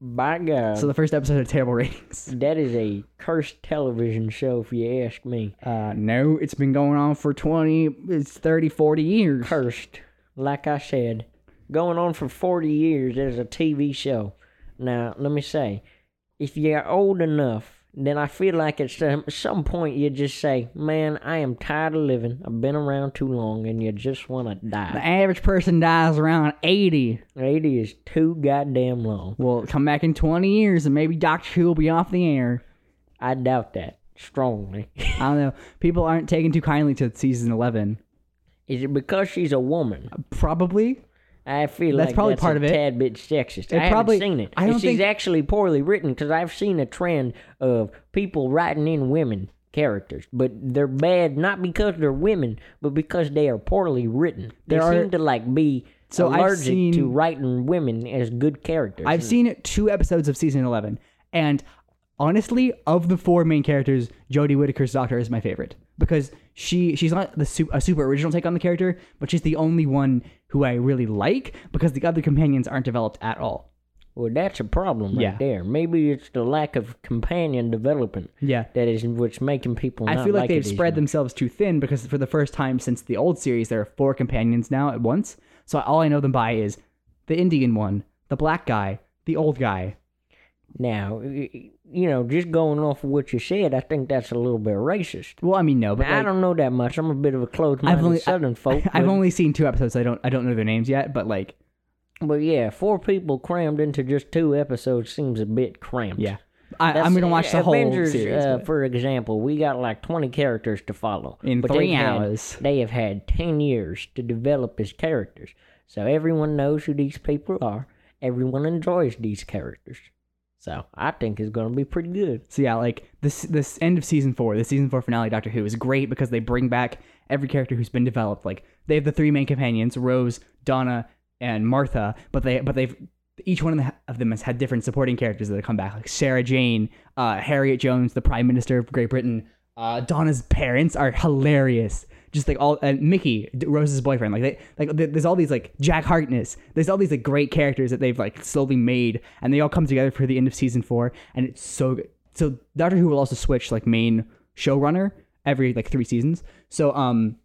Speaker 1: By God,
Speaker 2: So the first episode had terrible ratings.
Speaker 1: that is a cursed television show, if you ask me.
Speaker 2: Uh, no, it's been going on for 20, it's 30, 40 years.
Speaker 1: Cursed, like I said, going on for 40 years as a TV show. Now, let me say, if you're old enough, then I feel like at some, some point you just say, Man, I am tired of living. I've been around too long, and you just want to
Speaker 2: The
Speaker 1: die.
Speaker 2: average person dies around 80.
Speaker 1: 80 is too goddamn long.
Speaker 2: Well, come back in 20 years and maybe Doctor Who will be off the air.
Speaker 1: I doubt that strongly.
Speaker 2: I don't know. People aren't taking too kindly to season 11.
Speaker 1: Is it because she's a woman?
Speaker 2: Probably.
Speaker 1: I feel
Speaker 2: That's
Speaker 1: like
Speaker 2: probably
Speaker 1: that's
Speaker 2: part
Speaker 1: a
Speaker 2: of it.
Speaker 1: tad bit sexist. I
Speaker 2: probably-
Speaker 1: haven't seen it.
Speaker 2: I don't
Speaker 1: She's
Speaker 2: think-
Speaker 1: actually poorly written because I've seen a trend of people writing in women characters, but they're bad not because they're women, but because they are poorly written. They
Speaker 2: There are-
Speaker 1: seem to like be
Speaker 2: So I've
Speaker 1: allergic to
Speaker 2: seen-
Speaker 1: writing women as good characters.
Speaker 2: I've seen two episodes of season 11, and honestly, of the four main characters, Jodie Whittaker's Doctor is my favorite because she she's not the su- a super original take on the character, but she's the only one who I really like because the other companions aren't developed at all.
Speaker 1: Well, that's a problem right
Speaker 2: Yeah.
Speaker 1: there. Maybe it's the lack of companion development
Speaker 2: Yeah.
Speaker 1: that is what's making people.
Speaker 2: I
Speaker 1: not
Speaker 2: feel like
Speaker 1: like
Speaker 2: they've
Speaker 1: it as
Speaker 2: spread
Speaker 1: much.
Speaker 2: themselves too thin because for the first time since the old series, there are four companions now at once. So all I know them by is the Indian one, the black guy, the old guy.
Speaker 1: Now, y- y- you know, just going off of what you said, I think that's a little bit racist.
Speaker 2: Well, I mean no, but
Speaker 1: I
Speaker 2: like,
Speaker 1: don't know that much. I'm a bit of a closed-minded
Speaker 2: only- I-
Speaker 1: Southern folk.
Speaker 2: I've
Speaker 1: but-
Speaker 2: only seen two episodes. so I don't I don't know their names yet, but like
Speaker 1: But yeah, four people crammed into just two episodes seems a bit cramped.
Speaker 2: yeah, I,
Speaker 1: That's-
Speaker 2: I'm gonna watch the whole
Speaker 1: Avengers,
Speaker 2: series
Speaker 1: uh,
Speaker 2: but
Speaker 1: for example, we got like 20 characters to follow.
Speaker 2: in
Speaker 1: but
Speaker 2: three
Speaker 1: they've had-
Speaker 2: hours.
Speaker 1: they have had 10 years to develop as characters. So everyone knows who these people are. Everyone enjoys these characters. So I think it's going to be pretty good.
Speaker 2: So yeah, like this this end of season four, the season four finale, Doctor Who is great because they bring back every character who's been developed. Like they have the three main companions, Rose, Donna, and Martha, but they but they've each one of, the, of them has had different supporting characters that have come back, like Sarah Jane, uh, Harriet Jones, the Prime Minister of Great Britain. Uh, Donna's parents are hilarious. Just like all and Mickey, D- Rose's boyfriend, like they like th- there's all these like Jack Harkness. There's all these like great characters that they've like slowly made, and they all come together for the end of season four, and it's so good. So Doctor Who will also switch like main showrunner every like three seasons. So um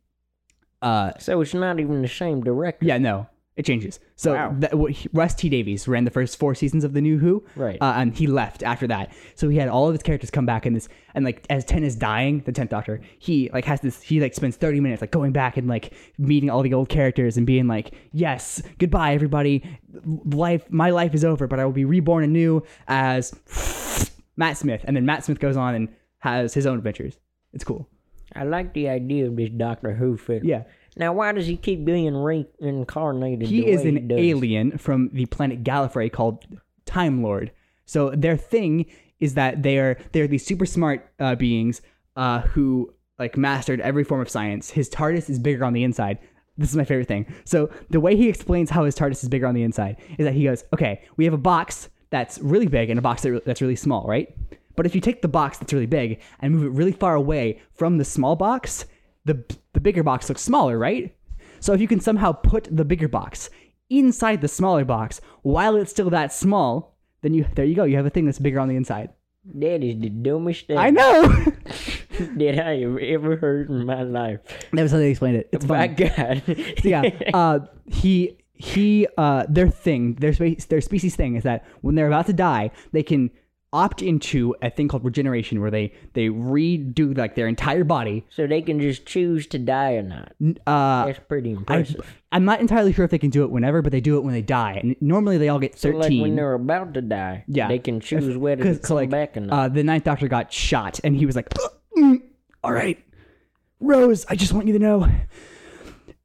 Speaker 2: uh
Speaker 1: So it's not even the same director.
Speaker 2: yeah no it changes. So
Speaker 1: Wow.
Speaker 2: that, what he- Russ T Davies ran the first four seasons of the New Who,
Speaker 1: Right.
Speaker 2: uh, and he left after that. So he had all of his characters come back in this, and like as Ten is dying, the Tenth Doctor, he like has this. He like spends thirty minutes like going back and like meeting all the old characters and being like, "Yes, goodbye, everybody. Life, my life is over, but I will be reborn anew as Matt Smith." And then Matt Smith goes on and has his own adventures. It's cool.
Speaker 1: I like the idea of this Doctor Who film.
Speaker 2: Yeah,
Speaker 1: Now, why does he keep being reincarnated?
Speaker 2: he
Speaker 1: the
Speaker 2: is
Speaker 1: way
Speaker 2: an
Speaker 1: he does?
Speaker 2: alien from the planet Gallifrey called Time Lord. So their thing is that they are they are these super smart uh, beings uh, who like mastered every form of science. His TARDIS is bigger on the inside. This is my favorite thing. So the way he explains how his TARDIS is bigger on the inside is that he goes, "Okay, we have a box that's really big and a box that, that's really small, right? But if you take the box that's really big and move it really far away from the small box, the the bigger box looks smaller, right? So if you can somehow put the bigger box inside the smaller box while it's still that small, then you there you go. You have a thing that's bigger on the inside.
Speaker 1: That is the dumbest thing
Speaker 2: I know.
Speaker 1: that I have ever heard in my life.
Speaker 2: that was how they explained it. It's
Speaker 1: My
Speaker 2: fun.
Speaker 1: God.
Speaker 2: yeah. Uh, he he uh, their thing their spe- their species thing is that when they're about to die, they can opt into a thing called regeneration where they they redo like their entire body.
Speaker 1: so they can just choose to die or not.
Speaker 2: N- Uh,
Speaker 1: That's pretty impressive.
Speaker 2: I'm not entirely sure if they can do it whenever, but they do it when they die. And normally they all get
Speaker 1: So,
Speaker 2: 13.
Speaker 1: like when they're about to die,
Speaker 2: Yeah.
Speaker 1: they can choose whether to
Speaker 2: Because
Speaker 1: come
Speaker 2: like
Speaker 1: back or not.
Speaker 2: uh, the ninth doctor got shot, and he was like, "Mm, "All right, Rose, I just want you to know,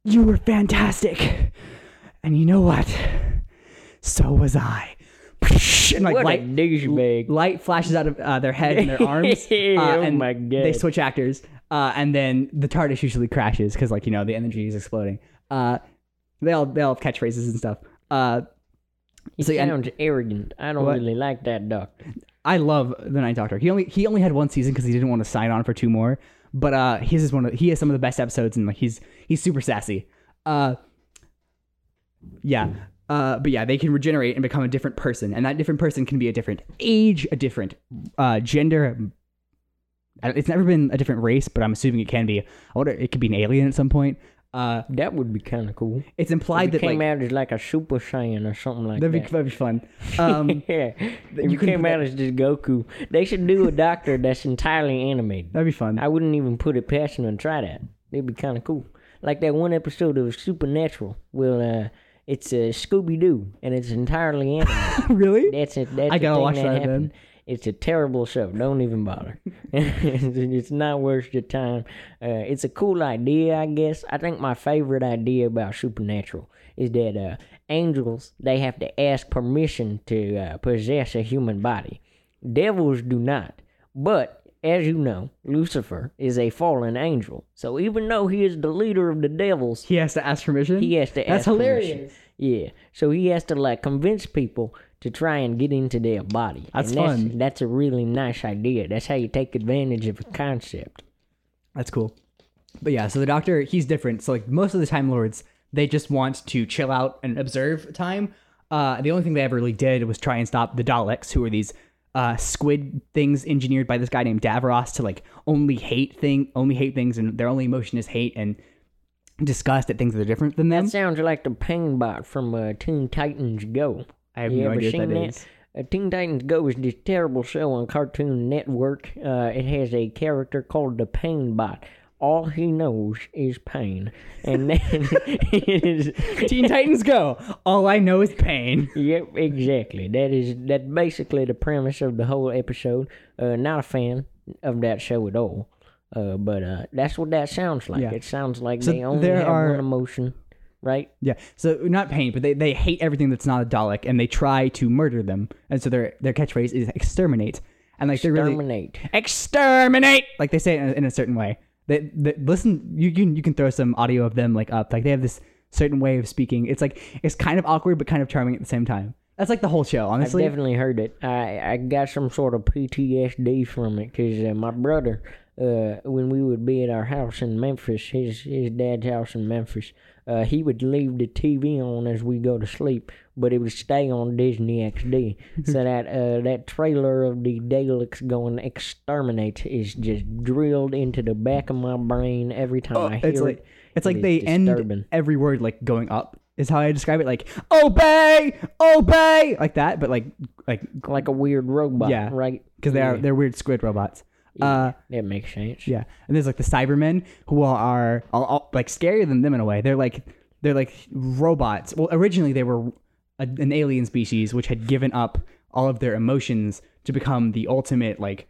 Speaker 2: you were fantastic, and you know what? So was I." And like
Speaker 1: what a
Speaker 2: light,
Speaker 1: douchebag!
Speaker 2: light flashes out of uh, their head and their arms. uh,
Speaker 1: Oh
Speaker 2: and
Speaker 1: my
Speaker 2: They
Speaker 1: God.
Speaker 2: switch actors, uh, and then the TARDIS usually crashes because, like you know, the energy is exploding. Uh, they all they all have catchphrases and stuff. Uh,
Speaker 1: he
Speaker 2: so, yeah, and-
Speaker 1: sounds arrogant. I don't
Speaker 2: What?
Speaker 1: really like that doctor.
Speaker 2: I love the Night Doctor. He only he only had one season because he didn't want to sign on for two more. But uh, his is one of he has some of the best episodes and like he's he's super sassy. Uh, yeah. Uh, but yeah, they can regenerate and become a different person, and that different person can be a different age, a different uh, gender. I don't- It's never been a different race, but I'm assuming it can be. I wonder it could be an alien at some point. Uh,
Speaker 1: That would be kind of cool.
Speaker 2: it's
Speaker 1: If
Speaker 2: implied
Speaker 1: it
Speaker 2: that like
Speaker 1: came out as like a Super Saiyan or something like
Speaker 2: that'd be,
Speaker 1: that.
Speaker 2: that'd be fun. Um,
Speaker 1: yeah, if
Speaker 2: you
Speaker 1: you
Speaker 2: can
Speaker 1: came
Speaker 2: put
Speaker 1: out as just Goku. They should do a doctor that's entirely animated.
Speaker 2: that'd be fun.
Speaker 1: I wouldn't even put it past them and try that. It'd be kind of cool. Like that one episode of Supernatural. Well, uh, it's uh, Scooby Doo, and it's entirely animated.
Speaker 2: really?
Speaker 1: That's it. That's
Speaker 2: I
Speaker 1: I the
Speaker 2: gotta
Speaker 1: thing
Speaker 2: watch
Speaker 1: that,
Speaker 2: that then.
Speaker 1: happened. It's a terrible show. Don't even bother. it's not worth your time. Uh, it's a cool idea, I guess. I think my favorite idea about Supernatural is that uh, angels they have to ask permission to uh, possess a human body. Devils do not. But as you know, Lucifer is a fallen angel. So even though he is the leader of the devils,
Speaker 2: He has to ask permission.
Speaker 1: he has to
Speaker 2: That's
Speaker 1: ask permission.
Speaker 2: hilarious.
Speaker 1: Yeah. So he has to like convince people to try and get into their body.
Speaker 2: That's
Speaker 1: And
Speaker 2: fun.
Speaker 1: That's a really nice idea. That's how you take advantage of a concept.
Speaker 2: That's cool. But yeah, so the doctor, he's different. So like most of the Time Lords, they just want to chill out and observe time. Uh, the only thing they ever really did was try and stop the Daleks, who are these uh, squid things engineered by this guy named Davros to like only hate thing, only hate things, and their only emotion is hate and disgust at things that are different than them.
Speaker 1: That sounds like the Ping Bot from uh, Teen Titans Go.
Speaker 2: I have
Speaker 1: You
Speaker 2: no
Speaker 1: ever
Speaker 2: idea what
Speaker 1: seen
Speaker 2: that
Speaker 1: that?
Speaker 2: is.
Speaker 1: Uh, Teen Titans Go is this terrible show on Cartoon Network. Uh, it has a character called the Pain Bot. All he knows is pain, and then it is.
Speaker 2: Teen Titans Go. All I know is pain.
Speaker 1: Yep, exactly. That is that's basically the premise of the whole episode. Uh, not a fan of that show at all. Uh, but uh, that's what that sounds like.
Speaker 2: Yeah.
Speaker 1: It sounds like
Speaker 2: So
Speaker 1: they only
Speaker 2: there
Speaker 1: have
Speaker 2: are-
Speaker 1: one emotion, right?
Speaker 2: Yeah. So not paint, but they, they hate everything that's not a Dalek, and they try to murder them. And so their their catchphrase is exterminate. And like they're really
Speaker 1: Terminate.
Speaker 2: exterminate. Like they say it in a, in a certain way. They, they listen. You can you can throw some audio of them like up. Like they have this certain way of speaking. It's like it's kind of awkward but kind of charming at the same time. That's like the whole show,
Speaker 1: I've
Speaker 2: honestly.
Speaker 1: definitely heard it. I, I got some sort of PTSD from it because uh, my brother, uh, when we would be at our house in Memphis, his his dad's house in Memphis, uh, he would leave the TV on as we go to sleep, but it would stay on Disney XD. so that uh, that trailer of the Daleks going exterminate is just drilled into the back of my brain every time I hear
Speaker 2: Oh, it's like
Speaker 1: it.
Speaker 2: it's
Speaker 1: It
Speaker 2: like
Speaker 1: is
Speaker 2: they
Speaker 1: disturbing.
Speaker 2: end every word like going up is how I describe it. Like obey, obey, like that. But like like
Speaker 1: like a weird robot,
Speaker 2: Yeah,
Speaker 1: right?
Speaker 2: because they are
Speaker 1: Yeah,
Speaker 2: they're weird squid robots. Uh,
Speaker 1: that makes sense.
Speaker 2: Yeah, and there's like the Cybermen who are, are, are like scarier than them in a way. They're like they're like robots. Well, originally they were a, an alien species which had given up all of their emotions to become the ultimate like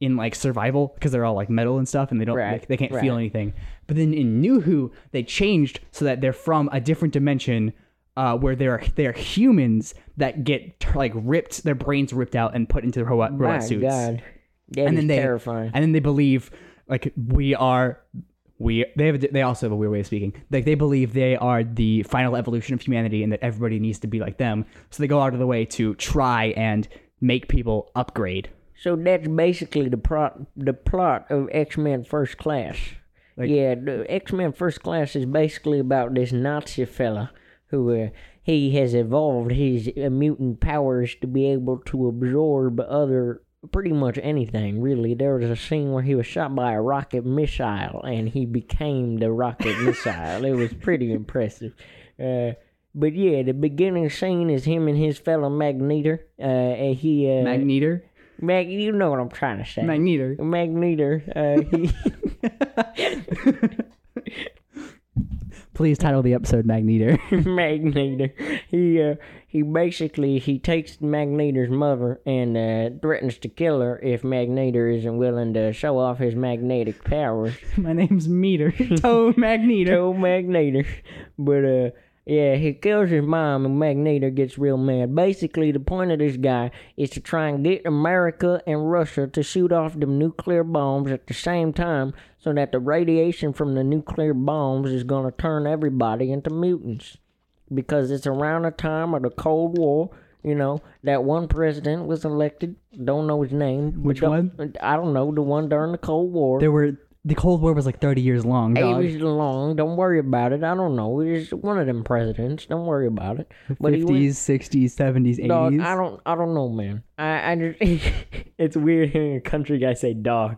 Speaker 2: in like survival because they're all like metal and stuff and they don't
Speaker 1: Right,
Speaker 2: like, they can't
Speaker 1: right.
Speaker 2: feel anything. But then in New Who they changed so that they're from a different dimension. Uh, where they're they're humans that get like ripped, their brains ripped out and put into robot,
Speaker 1: My
Speaker 2: robot suits
Speaker 1: God, that is
Speaker 2: and then they
Speaker 1: terrifying.
Speaker 2: and then they believe like we are we they have a, they also have a weird way of speaking like they believe they are the final evolution of humanity and that everybody needs to be like them so they go out of the way to try and make people upgrade
Speaker 1: So that's basically the plot, the plot of X Men First Class.
Speaker 2: Like-
Speaker 1: yeah, the X Men First Class is basically about this Nazi fella who uh, he has evolved his uh, mutant powers to be able to absorb other pretty much anything really there was a scene where he was shot by a rocket missile and he became the rocket missile it was pretty impressive uh, but yeah the beginning scene is him and his fellow magneter uh, and he uh,
Speaker 2: magneter
Speaker 1: Mag, you know what I'm trying to say.
Speaker 2: magneter
Speaker 1: Magneter. Uh, he,
Speaker 2: please title the episode magneter
Speaker 1: Magneter. He uh, he basically he takes Magneter's mother and uh, threatens to kill her if Magneter isn't willing to show off his magnetic powers.
Speaker 2: my name's meter toe magneter
Speaker 1: Old Magneter. But uh yeah, he kills his mom and Magneto gets real mad. Basically the point of this guy is to try and get America and Russia to shoot off them nuclear bombs at the same time so that the radiation from the nuclear bombs is gonna turn everybody into mutants. Because it's around the time of the Cold War, you know, that one president was elected. Don't know his name. but
Speaker 2: Which
Speaker 1: don't- I don't know, the one during the Cold War.
Speaker 2: there were the cold war was like 30 years long
Speaker 1: It
Speaker 2: dog.
Speaker 1: was long. Don't worry about it. I don't know. It is one of them presidents. Don't worry about it. But he
Speaker 2: 50s
Speaker 1: went,
Speaker 2: 60s 70s 80s
Speaker 1: dog. I don't. I don't know, man. I. I just. it's weird hearing a country guy say dog.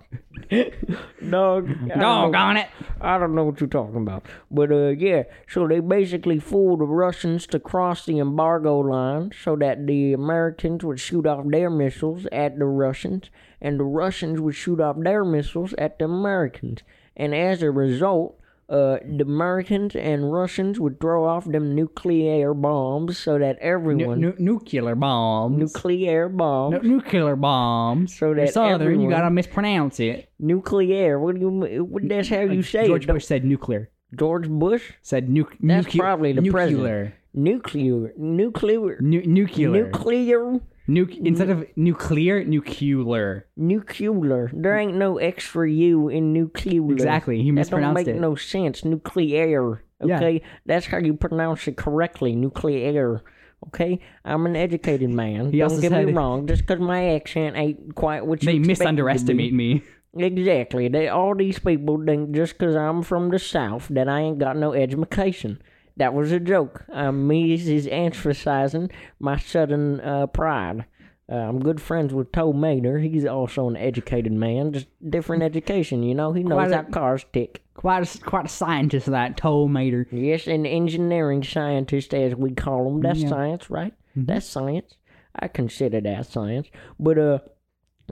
Speaker 1: dog. I don't know.
Speaker 2: dog on it
Speaker 1: I don't know what you're talking about. But uh yeah, so they basically fooled the Russians to cross the embargo line so that the Americans would shoot off their missiles at the Russians and the Russians would shoot off their missiles at the Americans. And as a result, uh, the Americans and Russians would throw off them nuclear bombs so that
Speaker 2: Nu-
Speaker 1: everyone
Speaker 2: nu- nuclear bombs
Speaker 1: nuclear bombs
Speaker 2: No, nuclear bombs.
Speaker 1: So
Speaker 2: You're
Speaker 1: that
Speaker 2: southern, you
Speaker 1: everyone-
Speaker 2: gotta mispronounce it.
Speaker 1: nuclear. What do you? m- What that's how you say
Speaker 2: George
Speaker 1: it.
Speaker 2: Bush said nuclear.
Speaker 1: George Bush.
Speaker 2: Said nuc-
Speaker 1: That's
Speaker 2: nuclear.
Speaker 1: probably the
Speaker 2: nuclear.
Speaker 1: president. Nuclear. Nuclear.
Speaker 2: Nu- nuclear.
Speaker 1: Nuclear.
Speaker 2: Nuc- instead of nuclear, nuclear.
Speaker 1: Nuclear. There ain't no extra U in nuclear.
Speaker 2: Exactly. He
Speaker 1: That don't
Speaker 2: mispronounced
Speaker 1: make
Speaker 2: it.
Speaker 1: no sense. Nuclear.
Speaker 2: Yeah.
Speaker 1: Okay? That's how you pronounce it correctly. Nuclear. Okay? I'm an educated man.
Speaker 2: He also
Speaker 1: don't get me
Speaker 2: said-
Speaker 1: wrong. Just because my accent ain't quite what you
Speaker 2: they
Speaker 1: expect it to
Speaker 2: misunderestimate me.
Speaker 1: be. Exactly. They, all these people think just because I'm from the South that I ain't got no education. That was a joke. Um, me is emphasizing my southern uh, pride. Uh, I'm good friends with Toe Maynor. He's also an educated man, just different education. You know, he knows
Speaker 2: Quite a-
Speaker 1: how cars tick.
Speaker 2: Quite a, s- quite a scientist, that toll mater.
Speaker 1: Yes, an engineering scientist, as we call him. That's
Speaker 2: Yeah.
Speaker 1: science, right? That's science. I consider that science. But, uh,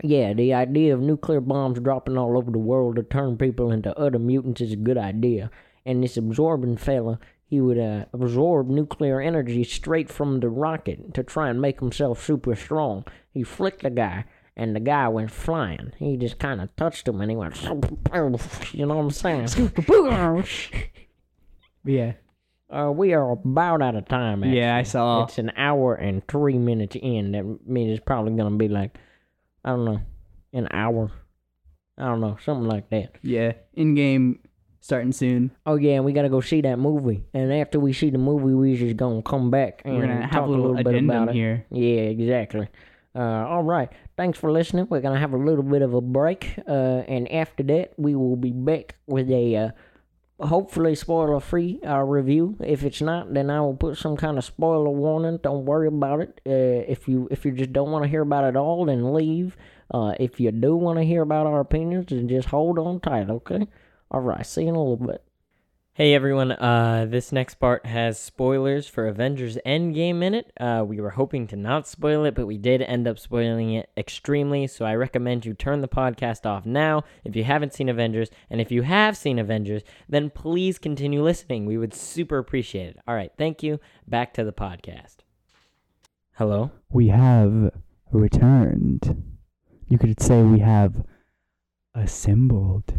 Speaker 1: yeah, the idea of nuclear bombs dropping all over the world to turn people into other mutants is a good idea. And this absorbing fella, he would uh, absorb nuclear energy straight from the rocket to try and make himself super strong. He flicked the guy, and the guy went flying. He just kind of touched him, and he went, you know what I'm saying?
Speaker 2: Yeah.
Speaker 1: Uh, we are about out of time. Actually.
Speaker 2: Yeah, I saw.
Speaker 1: it's an hour and three minutes in. That means it's probably gonna be like, I don't know, an hour. I don't know, something like that.
Speaker 2: Yeah. In game, starting soon.
Speaker 1: Oh yeah, and we gotta go see that movie. And after we see the movie, we just gonna come back and
Speaker 2: We're going to
Speaker 1: talk
Speaker 2: have a little,
Speaker 1: bit
Speaker 2: addendum
Speaker 1: about it.
Speaker 2: here.
Speaker 1: Yeah, exactly. Uh, all right. Thanks for listening. We're gonna have a little bit of a break, uh, and after that, we will be back with a uh, hopefully spoiler-free uh, review. If it's not, then I will put some kind of spoiler warning. Don't worry about it. Uh, if you if you just don't want to hear about it all, then leave. Uh, if you do want to hear about our opinions, then just hold on tight. Okay. All right. See you in a little bit.
Speaker 4: Hey everyone, uh, this next part has spoilers for Avengers Endgame in it. Uh, we were hoping to not spoil it, but we did end up spoiling it extremely, so I recommend you turn the podcast off now if you haven't seen Avengers, and if you have seen Avengers, then please continue listening. We would super appreciate it. All right, thank you. Back to the podcast. Hello?
Speaker 2: we have returned. You could say we have assembled.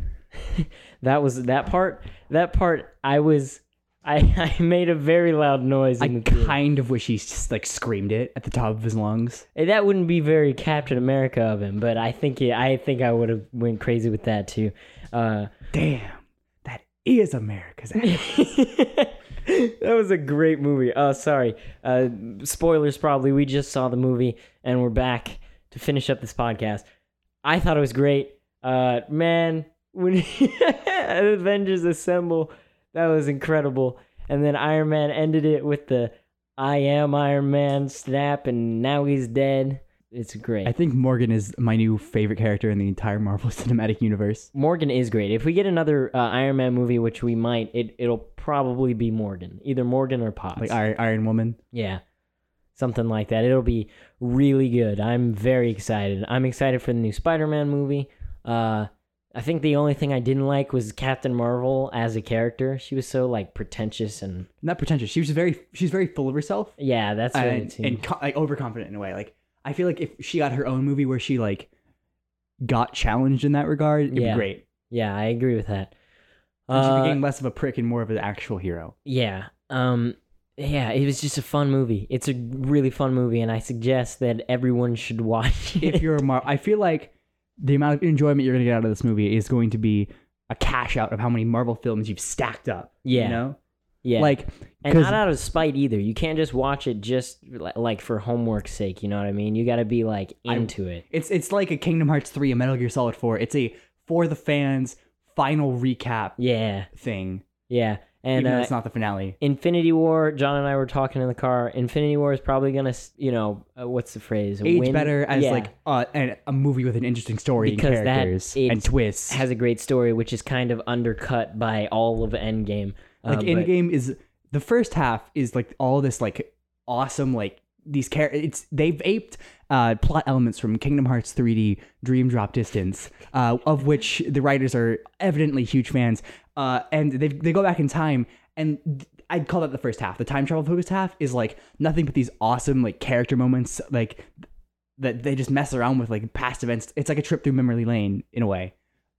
Speaker 4: That was that part. That part, I was. I, I made a very loud noise.
Speaker 2: I
Speaker 4: In the theater.
Speaker 2: kind of wish he just like screamed it at the top of his lungs.
Speaker 4: Eh, That wouldn't be very Captain America of him, but I think he, I think I would have went crazy with that too. Uh,
Speaker 2: Damn, that is America's accent.
Speaker 4: that was a great movie. Oh, sorry. Uh, spoilers, probably. We just saw the movie and we're back to finish up this podcast. I thought it was great. Uh, man, when Avengers Assemble, that was incredible. And then Iron Man ended it with the I am Iron Man snap, and now he's dead. It's great.
Speaker 2: I think Morgan is my new favorite character in the entire Marvel Cinematic Universe.
Speaker 4: Morgan is great. If we get another uh, Iron Man movie, which we might, it it'll probably be Morgan, either Morgan or Potts.
Speaker 2: Like Iron, Iron Woman.
Speaker 4: yeah, something like that. It'll be really good. I'm very excited. I'm excited for the new Spider-Man movie. Uh, I think the only thing I didn't like was Captain Marvel as a character. She was so like pretentious and
Speaker 2: Not pretentious. She was very she's very full of herself
Speaker 4: yeah, that's what it
Speaker 2: and,
Speaker 4: seemed.
Speaker 2: and co- like overconfident in a way. Like I feel like if she got her own movie where she like got challenged in that regard, it'd
Speaker 4: Yeah.
Speaker 2: be great.
Speaker 4: yeah, I agree with that.
Speaker 2: And she
Speaker 4: Uh,
Speaker 2: became less of a prick and more of an actual hero.
Speaker 4: Yeah. Um yeah, it was just a fun movie. It's a really fun movie and I suggest that everyone should watch it.
Speaker 2: If you're a Mar- I feel like the amount of enjoyment you're gonna get out of this movie is going to be a cash out of how many Marvel films you've stacked up.
Speaker 4: Yeah.
Speaker 2: you know,
Speaker 4: yeah.
Speaker 2: like
Speaker 4: and
Speaker 2: 'cause-
Speaker 4: not out of spite either. You can't just watch it just li- like for homework's sake, you know what I mean? You got to be like
Speaker 2: I-
Speaker 4: into it.
Speaker 2: it's it's like a Kingdom Hearts three, a Metal Gear Solid four. It's a for the fans final recap
Speaker 4: Yeah.
Speaker 2: thing,
Speaker 4: Yeah.
Speaker 2: and
Speaker 4: And
Speaker 2: even though
Speaker 4: uh,
Speaker 2: it's not the finale.
Speaker 4: Infinity War, John and I were talking in the car. Infinity War is probably going to, you know, uh, what's the phrase?
Speaker 2: Age
Speaker 4: Win-
Speaker 2: better as
Speaker 4: Yeah.
Speaker 2: like uh, an, a movie with an interesting story
Speaker 4: Because
Speaker 2: and
Speaker 4: that
Speaker 2: characters
Speaker 4: is-
Speaker 2: and twists.
Speaker 4: has a great story which is kind of undercut by all of Endgame. Uh,
Speaker 1: Um,
Speaker 2: like
Speaker 4: but-
Speaker 2: Endgame is the first half is like all this like awesome like these characters. It's they've aped uh, plot elements from Kingdom Hearts 3D, Dream Drop Distance, uh, of which the writers are evidently huge fans. Uh, and they they go back in time and. th- I'd call that the first half. The time travel focused half is like nothing but these awesome like character moments, like that they just mess around with like past events. It's like a trip through memory lane in a way.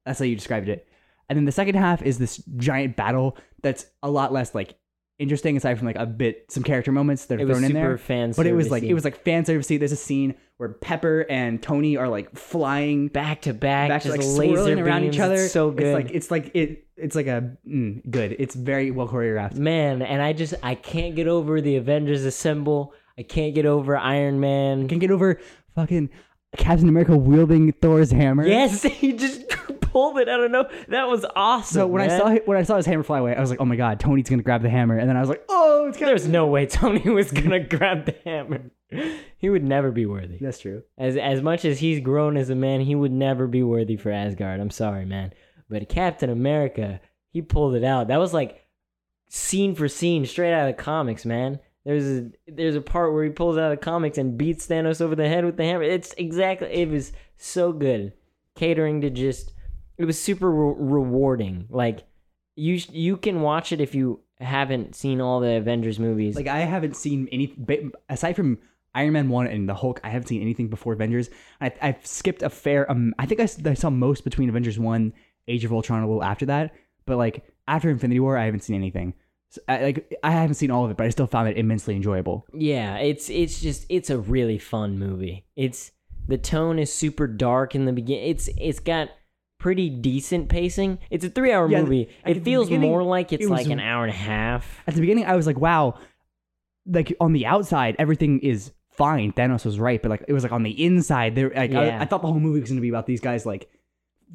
Speaker 2: That's how you described it. And then the second half is this giant battle that's a lot less like interesting aside from like a bit some character moments that are
Speaker 4: it was
Speaker 2: thrown in
Speaker 4: super
Speaker 2: there.
Speaker 4: fan
Speaker 2: But it was like
Speaker 4: servicey.
Speaker 2: it was like fan service. There's a scene where Pepper and Tony are like flying
Speaker 4: back to back,
Speaker 2: back to
Speaker 4: just
Speaker 2: like
Speaker 4: laser
Speaker 2: swirling around
Speaker 4: beams.
Speaker 2: each other.
Speaker 4: It's so good,
Speaker 2: It's like it's like it. It's like a mm, good. It's very well choreographed.
Speaker 4: man. And I just I can't get over the Avengers Assemble. I can't get over Iron Man.
Speaker 2: Can get over fucking Captain America wielding Thor's hammer.
Speaker 4: Yes, he just
Speaker 1: pulled it. I don't know. That was awesome.
Speaker 2: So when I
Speaker 1: man.
Speaker 2: saw it- when I saw his hammer fly away, I was like, "Oh my god, Tony's gonna grab the hammer!" And then I was like, "Oh, it's
Speaker 1: there's no way Tony was gonna grab the hammer. He would never be worthy.
Speaker 2: that's true."
Speaker 1: As as much as he's grown as a man, he would never be worthy for Asgard. I'm sorry, man. But Captain America, he pulled it out. That was like scene for scene, straight out of the comics, man. There's a there's a part where he pulls out of the comics and beats Thanos over the head with the hammer. It's exactly it was so good, catering to just it was super re- rewarding. Like you sh- you can watch it if you haven't seen all the Avengers movies.
Speaker 2: Like I haven't seen any ba- aside from Iron Man one and the Hulk. I haven't seen anything before Avengers. I, I've skipped a fair. Um, I think I, s- I saw most between Avengers one, Age of Ultron, a little after that. But like after Infinity War, I haven't seen anything. So, I, like I haven't seen all of it, but I still found it immensely enjoyable.
Speaker 1: Yeah, it's it's just it's a really fun movie. It's the tone is super dark in the beginning. It's it's got pretty decent pacing. It's a three hour
Speaker 2: Yeah,
Speaker 1: movie.
Speaker 2: like, at
Speaker 1: it
Speaker 2: the
Speaker 1: feels
Speaker 2: beginning,
Speaker 1: more like it's
Speaker 2: it was-
Speaker 1: like an hour and a half.
Speaker 2: At the beginning, I was like, "Wow!" Like on the outside, everything is fine. Thanos was right, but like it was like on the inside, there. Like,
Speaker 1: Yeah.
Speaker 2: I, I thought the whole movie was going to be about these guys like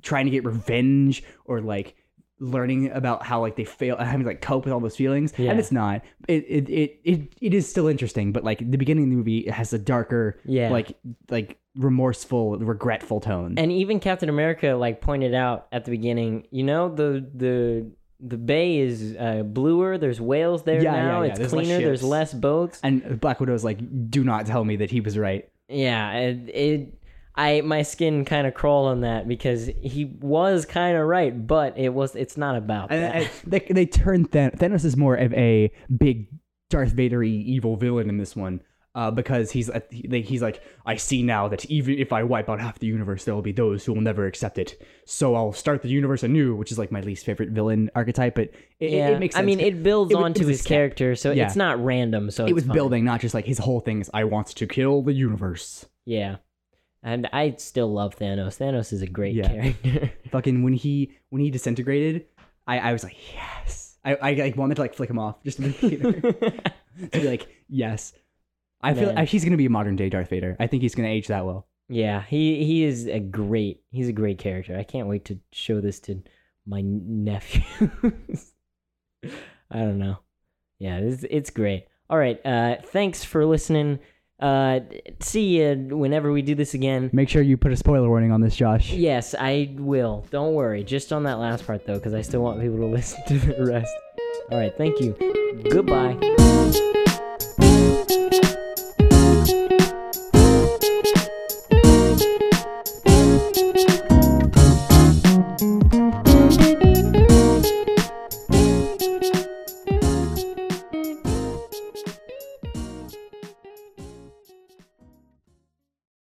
Speaker 2: trying to get revenge or like learning about how like they fail having to like cope with all those feelings
Speaker 1: Yeah.
Speaker 2: and it's not it it, it it it is still interesting but like the beginning of the movie has a darker
Speaker 1: Yeah.
Speaker 2: like like remorseful regretful tone
Speaker 1: And even Captain America like pointed out at the beginning, you know, the the the bay is uh, bluer. There's whales there
Speaker 2: Yeah, yeah,
Speaker 1: now.
Speaker 2: yeah,
Speaker 1: It's
Speaker 2: there's less
Speaker 1: cleaner. there's
Speaker 2: ships.
Speaker 1: less boats.
Speaker 2: and black widow's like do not tell me that he was right
Speaker 1: Yeah, it, it I my skin kind of crawled on that because he was kind of right, but it was it's not about
Speaker 2: And
Speaker 1: that.
Speaker 2: I- Uh, they, they turned Than- Thanos is more of a big Darth Vader evil villain in this one. Uh, because he's at- he- they- he's like I see now that even if I wipe out half the universe, there will be those who will never accept it. So I'll start the universe anew, which is like my least favorite villain archetype. But it, it-
Speaker 1: Yeah.
Speaker 2: it, makes sense.
Speaker 1: I mean, it builds
Speaker 2: It was- it
Speaker 1: onto
Speaker 2: was a
Speaker 1: his
Speaker 2: step.
Speaker 1: character, so
Speaker 2: Yeah.
Speaker 1: it's not random. So
Speaker 2: it
Speaker 1: it's
Speaker 2: was
Speaker 1: fine.
Speaker 2: building, not just like his whole thing is I want to kill the universe.
Speaker 1: Yeah, and I still love Thanos. Thanos is a great
Speaker 2: Yeah.
Speaker 1: character.
Speaker 2: Fucking when he when he disintegrated, I, I was like yes. I, I like wanted to like flick him off just to be to be like, yes. I feel
Speaker 1: Man.
Speaker 2: I, he's gonna be a modern day Darth Vader. I think he's gonna age that well.
Speaker 1: yeah, he he is a great he's a great character. I can't wait to show this to my nephews. I don't know. Yeah, it's it's great. All right, uh, thanks for listening. Uh, see you whenever we do this again.
Speaker 2: Make sure you put a spoiler warning on this, Josh.
Speaker 1: Yes, I will. Don't worry. Just on that last part, though, because I still want people to listen to the rest. All right. Thank you. Goodbye.